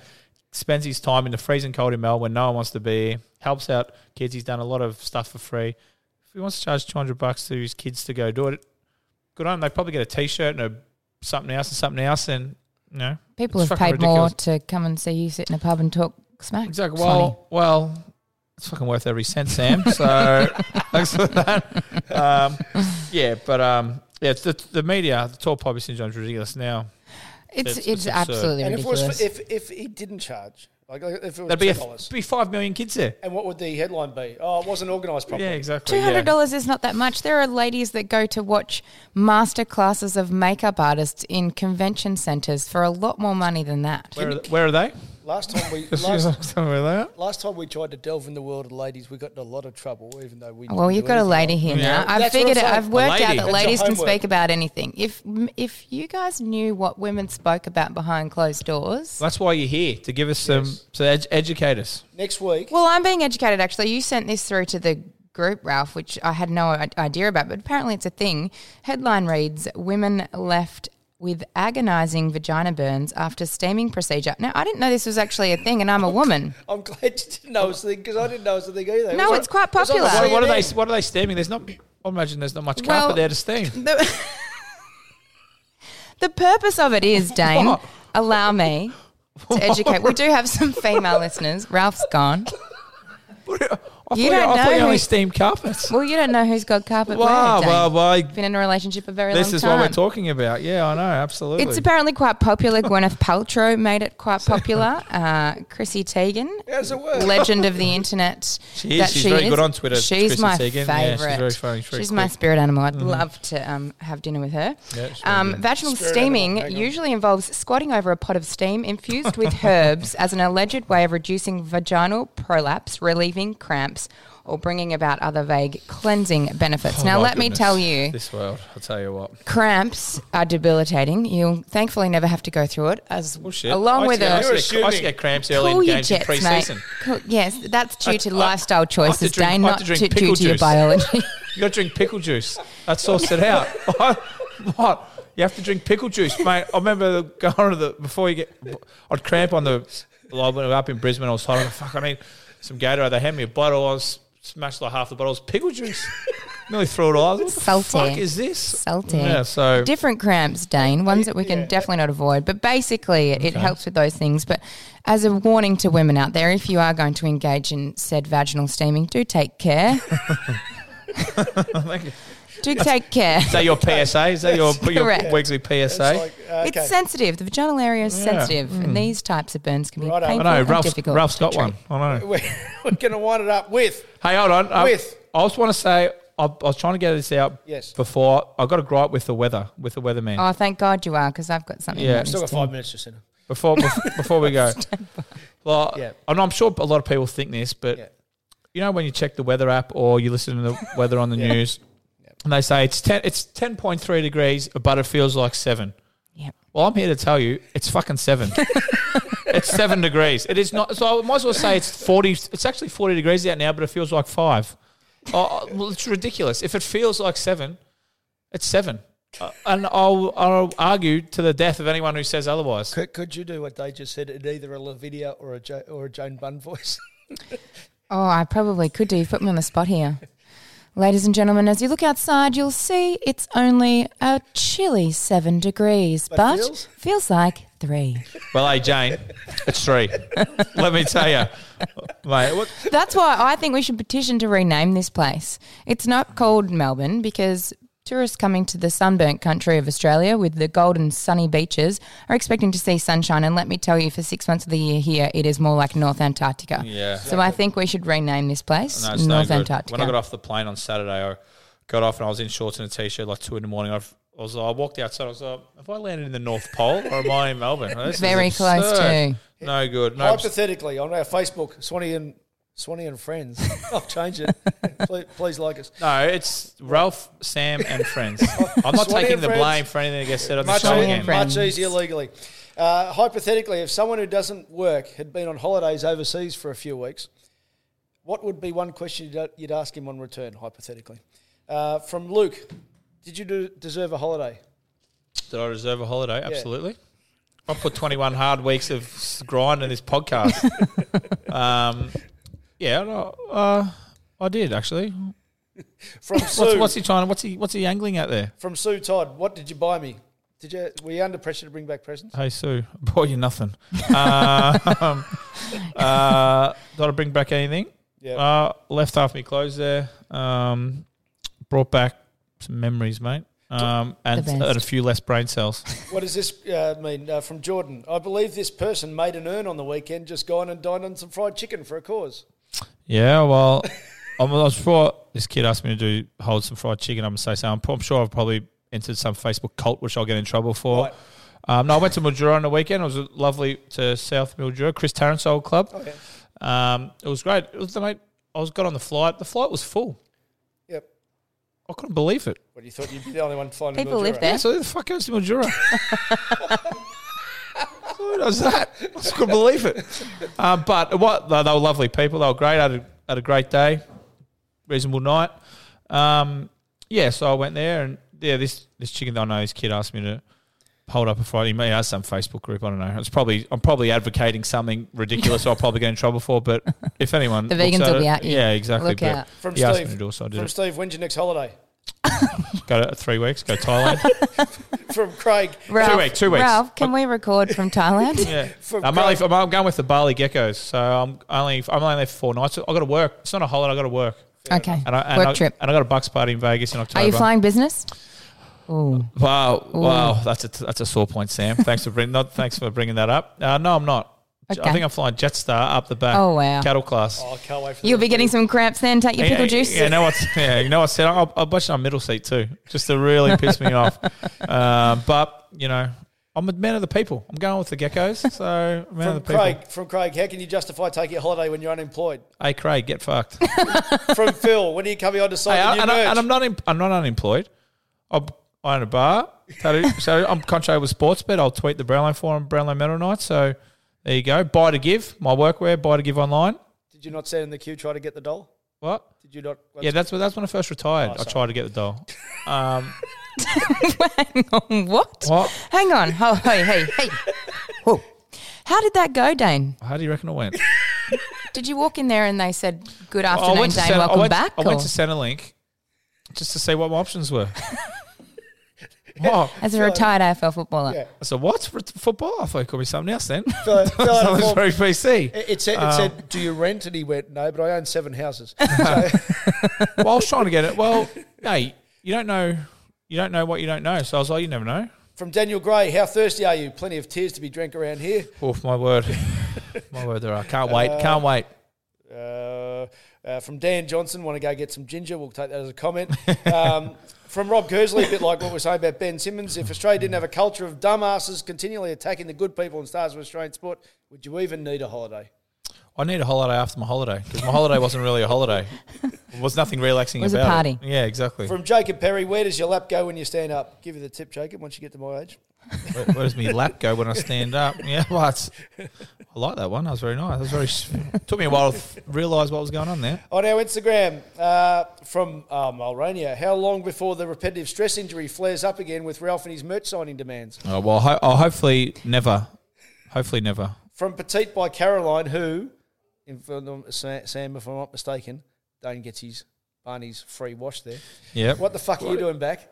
[SPEAKER 2] spends his time in the freezing cold in Melbourne when no one wants to be here, helps out kids. He's done a lot of stuff for free. If he wants to charge 200 bucks to his kids to go do it, good on him. They probably get a t shirt and a something else and something else, and you know,
[SPEAKER 5] People
[SPEAKER 2] it's
[SPEAKER 5] have
[SPEAKER 2] fucking
[SPEAKER 5] paid
[SPEAKER 2] ridiculous.
[SPEAKER 5] more to come and see you sit in a pub and talk smack.
[SPEAKER 2] Exactly.
[SPEAKER 5] Sonny.
[SPEAKER 2] Well, well, it's fucking worth every cent, Sam. So thanks for that. Um, yeah, but um, yeah, it's the, the media, the tall poppy syndrome is ridiculous now.
[SPEAKER 5] it's
[SPEAKER 2] it's-
[SPEAKER 5] it's,
[SPEAKER 2] it's absurd.
[SPEAKER 5] absolutely
[SPEAKER 1] And if it
[SPEAKER 5] ridiculous.
[SPEAKER 1] was if if he didn't charge, like if it was
[SPEAKER 2] There'd be, a,
[SPEAKER 1] dollars,
[SPEAKER 2] be five million kids there.
[SPEAKER 1] and what would the headline be? Oh, it wasn't organised properly.
[SPEAKER 2] Yeah, exactly.
[SPEAKER 5] Two
[SPEAKER 2] yeah.
[SPEAKER 5] hundred dollars is not that much. There are ladies that go to watch master classes of makeup artists in convention centres for a lot more money than that.
[SPEAKER 2] Where, are th- where are they?
[SPEAKER 1] Last time we last,
[SPEAKER 2] Last,
[SPEAKER 1] last time we tried to delve in the world of ladies, we got in a lot of trouble, even though we.
[SPEAKER 5] Well,
[SPEAKER 1] didn't
[SPEAKER 5] you've
[SPEAKER 1] do
[SPEAKER 5] got a
[SPEAKER 1] anything
[SPEAKER 5] lady
[SPEAKER 1] wrong.
[SPEAKER 5] here
[SPEAKER 2] Yeah.
[SPEAKER 5] now. I've
[SPEAKER 1] That's what
[SPEAKER 5] figured
[SPEAKER 1] I'm
[SPEAKER 5] it.
[SPEAKER 1] saying.
[SPEAKER 5] I've worked
[SPEAKER 2] lady.
[SPEAKER 5] out
[SPEAKER 2] That's
[SPEAKER 5] that
[SPEAKER 2] your
[SPEAKER 5] ladies can
[SPEAKER 1] homework.
[SPEAKER 5] speak about anything. If if you guys knew what women spoke about behind closed doors,
[SPEAKER 2] That's why you're here to give us some
[SPEAKER 1] Yes.
[SPEAKER 2] to ed- educate us.
[SPEAKER 1] Next week,
[SPEAKER 5] Well, I'm being educated actually. You sent this through to the
[SPEAKER 2] group, Ralph, which I had no i- idea about, but apparently it's a thing. Headline reads Women left with agonizing vagina burns after steaming procedure. Now, I didn't know this was actually a thing, and I'm a woman.
[SPEAKER 1] I'm glad you didn't know it's a thing because I didn't know it's a thing either. It
[SPEAKER 2] No,
[SPEAKER 1] was
[SPEAKER 2] it's
[SPEAKER 1] on-
[SPEAKER 2] quite
[SPEAKER 1] it was on the
[SPEAKER 7] So
[SPEAKER 2] popular.
[SPEAKER 7] what are they?
[SPEAKER 1] CNN.
[SPEAKER 7] What are they steaming? There's not. I imagine there's not much
[SPEAKER 2] Well-
[SPEAKER 7] carpet there to steam.
[SPEAKER 2] The, the purpose of it is, Dane,
[SPEAKER 7] What?
[SPEAKER 2] allow me to educate. We do have some female listeners. Ralph's gone.
[SPEAKER 7] What are- I
[SPEAKER 2] You
[SPEAKER 7] thought
[SPEAKER 2] don't
[SPEAKER 7] I thought
[SPEAKER 2] know
[SPEAKER 7] you only
[SPEAKER 2] who-
[SPEAKER 7] steamed carpets.
[SPEAKER 2] Well, you don't know who's got carpet
[SPEAKER 7] Wow,
[SPEAKER 2] where, Dane.
[SPEAKER 7] well, well, I-
[SPEAKER 2] Been in a relationship a very
[SPEAKER 7] This
[SPEAKER 2] long
[SPEAKER 7] is
[SPEAKER 2] time.
[SPEAKER 7] what we're talking about. Yeah, I know. Absolutely.
[SPEAKER 2] It's apparently quite popular. Gwyneth Paltrow made it quite popular. Uh, Chrissy Teigen,
[SPEAKER 1] How does it work?
[SPEAKER 2] legend of the internet.
[SPEAKER 7] She is. She's very good on Twitter,
[SPEAKER 2] She's
[SPEAKER 7] Chrissy
[SPEAKER 2] my
[SPEAKER 7] Teigen.
[SPEAKER 2] favorite.
[SPEAKER 7] Yeah, she's very funny. She's very
[SPEAKER 2] She's my
[SPEAKER 7] quick. Mm.
[SPEAKER 2] spirit animal. I'd love to um, have dinner with her. um, vaginal steaming usually involves squatting over a pot of steam infused with herbs as an alleged way of reducing vaginal prolapse, relieving cramps, or bringing about other vague cleansing benefits.
[SPEAKER 7] Oh,
[SPEAKER 2] now,
[SPEAKER 7] my
[SPEAKER 2] let me
[SPEAKER 7] goodness.
[SPEAKER 2] tell you
[SPEAKER 7] This world. I'll tell you what.
[SPEAKER 2] cramps are debilitating. You'll thankfully never have to go through it as
[SPEAKER 7] Bullshit.
[SPEAKER 2] along
[SPEAKER 7] I
[SPEAKER 2] with
[SPEAKER 7] used to- I
[SPEAKER 2] a
[SPEAKER 7] used to get- I used to get cramps early
[SPEAKER 2] Cool
[SPEAKER 7] in
[SPEAKER 2] your
[SPEAKER 7] games in
[SPEAKER 2] jets, mate.
[SPEAKER 7] pre-season.
[SPEAKER 2] Cool- Yes, that's due to
[SPEAKER 7] I-
[SPEAKER 2] lifestyle
[SPEAKER 7] I have to
[SPEAKER 2] choices,
[SPEAKER 7] drink-
[SPEAKER 2] Dane,
[SPEAKER 7] I have
[SPEAKER 2] not
[SPEAKER 7] to drink
[SPEAKER 2] to- due
[SPEAKER 7] pickle
[SPEAKER 2] to your
[SPEAKER 7] juice.
[SPEAKER 2] biology.
[SPEAKER 7] You got to drink pickle juice. That sorts it out. What? what? You have to drink pickle juice, mate. I remember going to the before you get. I'd cramp on the. I went up in Brisbane. I was hot. I'm like, fuck. I need some Gatorade. They hand me a bottle. I was smashed like half the bottle. It was pickle juice. Nearly threw it all. I was like, What the
[SPEAKER 2] Salty.
[SPEAKER 7] fuck is this?
[SPEAKER 2] Salty.
[SPEAKER 7] Yeah. So
[SPEAKER 2] different cramps, Dane. Ones that we can definitely not avoid, but basically it, it helps with those things. But as a warning to women out there, if you are going to engage in said vaginal steaming, do take care.
[SPEAKER 7] Thank you.
[SPEAKER 2] Do take care.
[SPEAKER 7] Is that your PSA? Is that your, your
[SPEAKER 2] correct.
[SPEAKER 7] weekly PSA?
[SPEAKER 1] Like, uh, okay.
[SPEAKER 2] It's sensitive. The vaginal area is
[SPEAKER 7] Yeah. Mm.
[SPEAKER 2] sensitive, and these types of burns can be
[SPEAKER 1] Righto. I
[SPEAKER 7] I
[SPEAKER 2] painful
[SPEAKER 7] know.
[SPEAKER 2] and
[SPEAKER 7] Ralph's,
[SPEAKER 2] difficult.
[SPEAKER 7] Ralph's
[SPEAKER 2] to
[SPEAKER 7] got
[SPEAKER 2] treat.
[SPEAKER 7] one. I know.
[SPEAKER 1] we're, we're going to wind it up with.
[SPEAKER 7] Hey, hold on. Um,
[SPEAKER 1] With.
[SPEAKER 7] I just want to say, I, I was trying to get this out
[SPEAKER 1] Yes.
[SPEAKER 7] before. I got a gripe with the weather, with the weatherman.
[SPEAKER 2] Oh, thank God you are, because I've got something.
[SPEAKER 7] Yeah.
[SPEAKER 2] about
[SPEAKER 1] Still
[SPEAKER 2] this
[SPEAKER 1] got five minutes, Jacinta.
[SPEAKER 7] Before, before, before we go. Well,
[SPEAKER 1] Yeah.
[SPEAKER 7] I know I'm sure a lot of people think this, but
[SPEAKER 1] Yeah.
[SPEAKER 7] you know when you check the weather app or you listen to the weather on the news, and they say it's ten, it's ten point three degrees, but it feels like seven.
[SPEAKER 2] Yep.
[SPEAKER 7] Well, I'm here to tell you, it's fucking seven. it's seven degrees. It is not. So I might as well say it's forty. It's actually forty degrees out now, but it feels like five. Oh, well, it's ridiculous. If it feels like seven, it's seven. Uh, and I'll, I'll argue to the death of anyone who says otherwise.
[SPEAKER 1] Could, could you do what they just said in either a Lavinia or a, jo- or a Joan Bunn voice?
[SPEAKER 2] Oh, I probably could do. You've put me on the spot here. Ladies and gentlemen, as you look outside, you'll see it's only a chilly seven degrees, but,
[SPEAKER 1] feels-
[SPEAKER 2] feels? like three.
[SPEAKER 7] Well, hey, Jane, it's three. Let me tell you. Mate, what?
[SPEAKER 2] That's why I think we should petition to rename this place. It's not called Melbourne because tourists coming to the sunburnt country of Australia with the golden sunny beaches are expecting to see sunshine. And let me tell you, for six months of the year here, it is more like North Antarctica.
[SPEAKER 7] Yeah.
[SPEAKER 2] So I think we should rename this place
[SPEAKER 7] No, it's no
[SPEAKER 2] North
[SPEAKER 7] good.
[SPEAKER 2] Antarctica.
[SPEAKER 7] When I got off the plane on Saturday, I got off and I was in shorts and a t-shirt, like two in the morning. I've, I was, I walked outside. I was like, "Have I landed in the North Pole or am I in Melbourne?" This is
[SPEAKER 2] Very close
[SPEAKER 7] absurd.
[SPEAKER 2] to.
[SPEAKER 7] No good. No.
[SPEAKER 1] Hypothetically, on our Facebook, Swanee and Swanee and friends. I'll change it. please, please like us.
[SPEAKER 7] No, it's Ralph, Sam, and friends. I'm not
[SPEAKER 1] Swanee
[SPEAKER 7] taking
[SPEAKER 1] and
[SPEAKER 7] the
[SPEAKER 1] friends.
[SPEAKER 7] blame for anything that gets said on the
[SPEAKER 1] Much,
[SPEAKER 7] show
[SPEAKER 2] Swanee
[SPEAKER 1] e-
[SPEAKER 2] and
[SPEAKER 7] again.
[SPEAKER 2] friends.
[SPEAKER 1] much easier legally. Uh, hypothetically, if someone who doesn't work had been on holidays overseas for a few weeks, what would be one question you'd, you'd ask him on return, hypothetically? Uh, from Luke, did you do, deserve a holiday?
[SPEAKER 7] Did I deserve a holiday? Absolutely. I put 21 hard weeks of s- grind in this podcast. um, yeah, no, uh, I did actually.
[SPEAKER 1] From
[SPEAKER 7] What's,
[SPEAKER 1] Sue,
[SPEAKER 7] what's he trying? What's he? What's he angling at there?
[SPEAKER 1] from Sue Todd, what did you buy me? Did you were you under pressure to bring back
[SPEAKER 2] Uh,
[SPEAKER 1] presents?
[SPEAKER 7] Hey Sue, I bought you nothing. um, uh, did I bring back anything?
[SPEAKER 1] Yeah.
[SPEAKER 7] Uh, left half my clothes there. Um, brought back some memories, mate. Um, and,
[SPEAKER 2] The
[SPEAKER 7] and
[SPEAKER 2] best.
[SPEAKER 7] a few less brain cells.
[SPEAKER 1] What does this uh, mean? Uh, from Jordan, I believe this person made an urn on the weekend, just gone and dined on some fried chicken for a cause.
[SPEAKER 7] Yeah, well, I'm, I was sure this kid asked me to do hold some fried chicken. I'm gonna say so. I'm, I'm sure I've probably entered some Facebook cult, which I'll get in trouble for.
[SPEAKER 1] Right.
[SPEAKER 7] Um, no, I went to Mildura on the weekend. It was lovely to South Mildura, Chris Tarrant's old club.
[SPEAKER 1] Oh,
[SPEAKER 7] Um, it was great. It was the mate. I was got on the flight. The flight was full.
[SPEAKER 1] Yep.
[SPEAKER 7] I couldn't believe it.
[SPEAKER 1] What you thought you'd be the only one flying? to
[SPEAKER 2] People
[SPEAKER 1] Mildura?
[SPEAKER 2] live there.
[SPEAKER 7] Yeah, so who the fuck goes to Mildura? Who does that? I just couldn't
[SPEAKER 2] Uh,
[SPEAKER 7] believe it. Um, but what they, they were lovely people. They were great. I had a, had a great day.
[SPEAKER 2] reasonable night. Um, yeah, so I went there, and yeah, this this chicken that I know, his kid asked me to hold up a Friday. He may have some Facebook group. I don't know. It's probably I'm probably advocating something ridiculous. I'll probably get in trouble for. But if anyone,
[SPEAKER 5] The
[SPEAKER 2] looks
[SPEAKER 5] vegans
[SPEAKER 2] at
[SPEAKER 5] will be
[SPEAKER 2] it-
[SPEAKER 5] at you.
[SPEAKER 2] Yeah, exactly.
[SPEAKER 5] Look
[SPEAKER 2] but
[SPEAKER 5] out.
[SPEAKER 1] From
[SPEAKER 2] he asked me
[SPEAKER 1] Steve.
[SPEAKER 2] to do it, so I did
[SPEAKER 1] From
[SPEAKER 2] it.
[SPEAKER 1] Steve, when's your next holiday?
[SPEAKER 2] Go to three weeks. Go to Thailand.
[SPEAKER 1] From Craig.
[SPEAKER 5] Ralph,
[SPEAKER 2] weeks, two weeks.
[SPEAKER 5] Ralph, can we record from Thailand?
[SPEAKER 2] yeah.
[SPEAKER 1] From
[SPEAKER 2] I'm, only,
[SPEAKER 1] Craig.
[SPEAKER 2] I'm, I'm going with the Bali Geckos, so I'm only I'm only there for four nights. I got to work. It's not a holiday. I got to work.
[SPEAKER 5] Okay.
[SPEAKER 2] And I, and
[SPEAKER 5] Work
[SPEAKER 2] I,
[SPEAKER 5] trip.
[SPEAKER 2] And I got a bucks party in Vegas in October.
[SPEAKER 5] Are you flying business?
[SPEAKER 2] Wow, wow, that's a that's a sore point, Sam. Thanks for bring, not thanks for bringing that up. Uh, no, I'm not. J-
[SPEAKER 5] Okay.
[SPEAKER 2] I think I'm flying Jetstar up the back.
[SPEAKER 5] Oh, wow.
[SPEAKER 2] cattle class.
[SPEAKER 1] Oh, I can't wait for
[SPEAKER 5] You'll
[SPEAKER 1] the-
[SPEAKER 5] be getting some cramps then. Take your
[SPEAKER 2] Yeah,
[SPEAKER 5] pickle
[SPEAKER 2] yeah,
[SPEAKER 5] juice.
[SPEAKER 2] Yeah, you know what's yeah, you know what I said. I'll, I'll watch it on middle seat too, just to really piss me off. Uh, but you know, I'm a man of the people. I'm going with the geckos, so I'm a man
[SPEAKER 1] From
[SPEAKER 2] of the people.
[SPEAKER 1] Craig, from Craig, how can you justify taking a holiday when you're unemployed?
[SPEAKER 2] Hey, Craig, get fucked.
[SPEAKER 1] From Phil, when are you coming on to sign
[SPEAKER 2] Hey,
[SPEAKER 1] the
[SPEAKER 2] I-
[SPEAKER 1] new
[SPEAKER 2] and, I,
[SPEAKER 1] merch?
[SPEAKER 2] and I'm not. Im- I'm not unemployed. I'm, I own a bar. So, so I'm contract with Sportsbet. I'll tweet the Brownlow Forum, Brownlow Medal Night. So there you go. Buy to give my workwear. Buy to give online.
[SPEAKER 1] Did you not stand in the queue try to get the doll?
[SPEAKER 2] What?
[SPEAKER 1] Did you not?
[SPEAKER 2] yeah, that's when- that's when I first retired. I tried to get the doll. Um,
[SPEAKER 5] Hang on, what?
[SPEAKER 2] what?
[SPEAKER 5] Hang on. Oh, hey, hey, hey. Whoa. How did that go, Dane?
[SPEAKER 2] How do you reckon it went?
[SPEAKER 5] Did you walk in there and they said, Good
[SPEAKER 2] Well,
[SPEAKER 5] afternoon, Dane,
[SPEAKER 2] Cen-
[SPEAKER 5] welcome
[SPEAKER 2] I went,
[SPEAKER 5] back?
[SPEAKER 2] I went
[SPEAKER 5] or-
[SPEAKER 2] to Centrelink just to see what my options were. Wow.
[SPEAKER 5] as a retired AFL footballer.
[SPEAKER 1] Yeah.
[SPEAKER 2] So what? For football? I thought it could be something else then.
[SPEAKER 1] Fill- fill out a
[SPEAKER 2] Something
[SPEAKER 1] form.
[SPEAKER 2] very PC.
[SPEAKER 1] It, it said, it said, do you rent? And he went, no, but I own seven houses.
[SPEAKER 2] well, I was trying to get it. Well, hey, you don't know, you don't know what you don't know. So I was like, you never know.
[SPEAKER 1] From Daniel Gray, how thirsty are you? Plenty of tears to be drank around here.
[SPEAKER 2] Oof, my word, my word, there are. Can't wait, can't wait.
[SPEAKER 1] Uh, uh, from Dan Johnson, want to go get some ginger? We'll take that as a comment. Um, from Rob Kersley, a bit like what we we're saying about Ben Simmons. If Australia didn't have a culture of dumbasses continually attacking the good people and stars of Australian sport, would you even need a holiday?
[SPEAKER 2] I need a holiday after my holiday because my holiday wasn't really a holiday. There was nothing relaxing
[SPEAKER 5] It was a
[SPEAKER 2] about
[SPEAKER 5] party.
[SPEAKER 2] it. Yeah, exactly.
[SPEAKER 1] From Jacob Perry, where does your lap go when you stand up? Give you the tip, Jacob, once you get to my age.
[SPEAKER 2] where, where does my lap go when I stand up? Yeah, well, it's, I like that one. That was very nice. That was very. s- Took me a while to realise what was going on there.
[SPEAKER 1] On our Instagram, uh, from uh, Mulrania, how long before the repetitive stress injury flares up again with Ralph and his merch signing demands?
[SPEAKER 2] Oh, well, ho- oh, hopefully never. Hopefully never.
[SPEAKER 1] From Petite by Caroline, who, if I'm- Sa- Sam, if I'm not mistaken, Dane gets his Barney's free wash there.
[SPEAKER 2] Yep.
[SPEAKER 1] What the fuck are you doing back?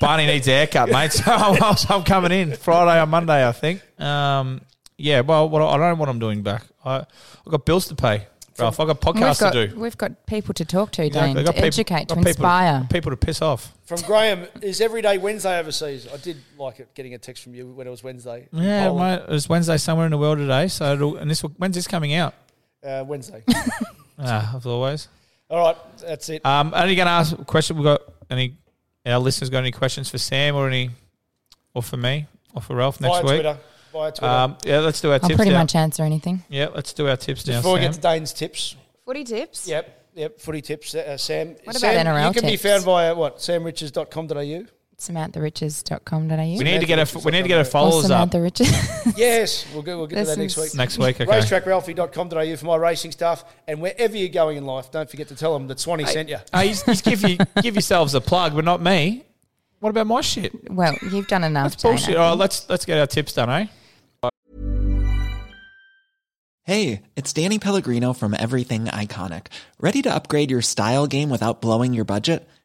[SPEAKER 2] Barney needs a haircut, mate. So I'm, I'm coming in Friday or Monday, I think. Um, yeah, well, what, I don't know what I'm doing back. I I got bills to pay, Ralph. I got
[SPEAKER 5] And
[SPEAKER 2] podcasts
[SPEAKER 5] We've, got,
[SPEAKER 2] to do.
[SPEAKER 5] we've got people to talk to, Dane,
[SPEAKER 2] Exactly. I
[SPEAKER 5] to
[SPEAKER 2] got peop-
[SPEAKER 5] educate,
[SPEAKER 2] got
[SPEAKER 5] to
[SPEAKER 2] people-
[SPEAKER 5] inspire.
[SPEAKER 2] got people to piss off.
[SPEAKER 1] From Graham, is every day Wednesday overseas? I did like it, getting a text from you when it was Wednesday. in
[SPEAKER 2] Yeah,
[SPEAKER 1] Poland.
[SPEAKER 2] mate, it's Wednesday somewhere in the world today. So it'll, and this will, when's this coming out?
[SPEAKER 1] Uh, Wednesday.
[SPEAKER 2] Ah, as always.
[SPEAKER 1] All right, that's it.
[SPEAKER 2] Um, only going to ask a question. We've got any our listeners got any questions for Sam or any or for me or for Ralph next
[SPEAKER 1] Via
[SPEAKER 2] week?
[SPEAKER 1] Twitter. Via Twitter.
[SPEAKER 2] Um, yeah, let's do our
[SPEAKER 5] I'll
[SPEAKER 2] tips
[SPEAKER 5] pretty
[SPEAKER 2] now.
[SPEAKER 5] much answer anything.
[SPEAKER 2] yeah, let's do our tips now.
[SPEAKER 1] Before we
[SPEAKER 2] Sam.
[SPEAKER 1] get to Dane's tips,
[SPEAKER 5] Footy tips?
[SPEAKER 1] Yep, yep. Footy tips, uh, Sam.
[SPEAKER 5] What about
[SPEAKER 1] Sam,
[SPEAKER 5] NRL
[SPEAKER 1] You can be
[SPEAKER 5] tips?
[SPEAKER 1] found via what? SamRichards.com.au.
[SPEAKER 5] SamanthaRiches.com.au.
[SPEAKER 2] we need to get our we need to get our
[SPEAKER 5] or
[SPEAKER 2] followers up
[SPEAKER 5] Samantha Riches.
[SPEAKER 1] yes, we'll get we'll get to that next
[SPEAKER 5] Lessons.
[SPEAKER 1] week.
[SPEAKER 2] next week. Okay.
[SPEAKER 1] RacetrackRalphie.com.au for my racing stuff, and wherever you're going in life, don't forget to tell them that Swanee sent you.
[SPEAKER 2] Hey, just, just give you give yourselves a plug, but not me. What about my shit?
[SPEAKER 5] well, you've done enough,
[SPEAKER 2] That's bullshit.
[SPEAKER 5] Dane.
[SPEAKER 2] All right, let's let's get our tips done, eh?
[SPEAKER 7] Hey, it's Danny Pellegrino from Everything Iconic. Ready to upgrade your style game without blowing your budget?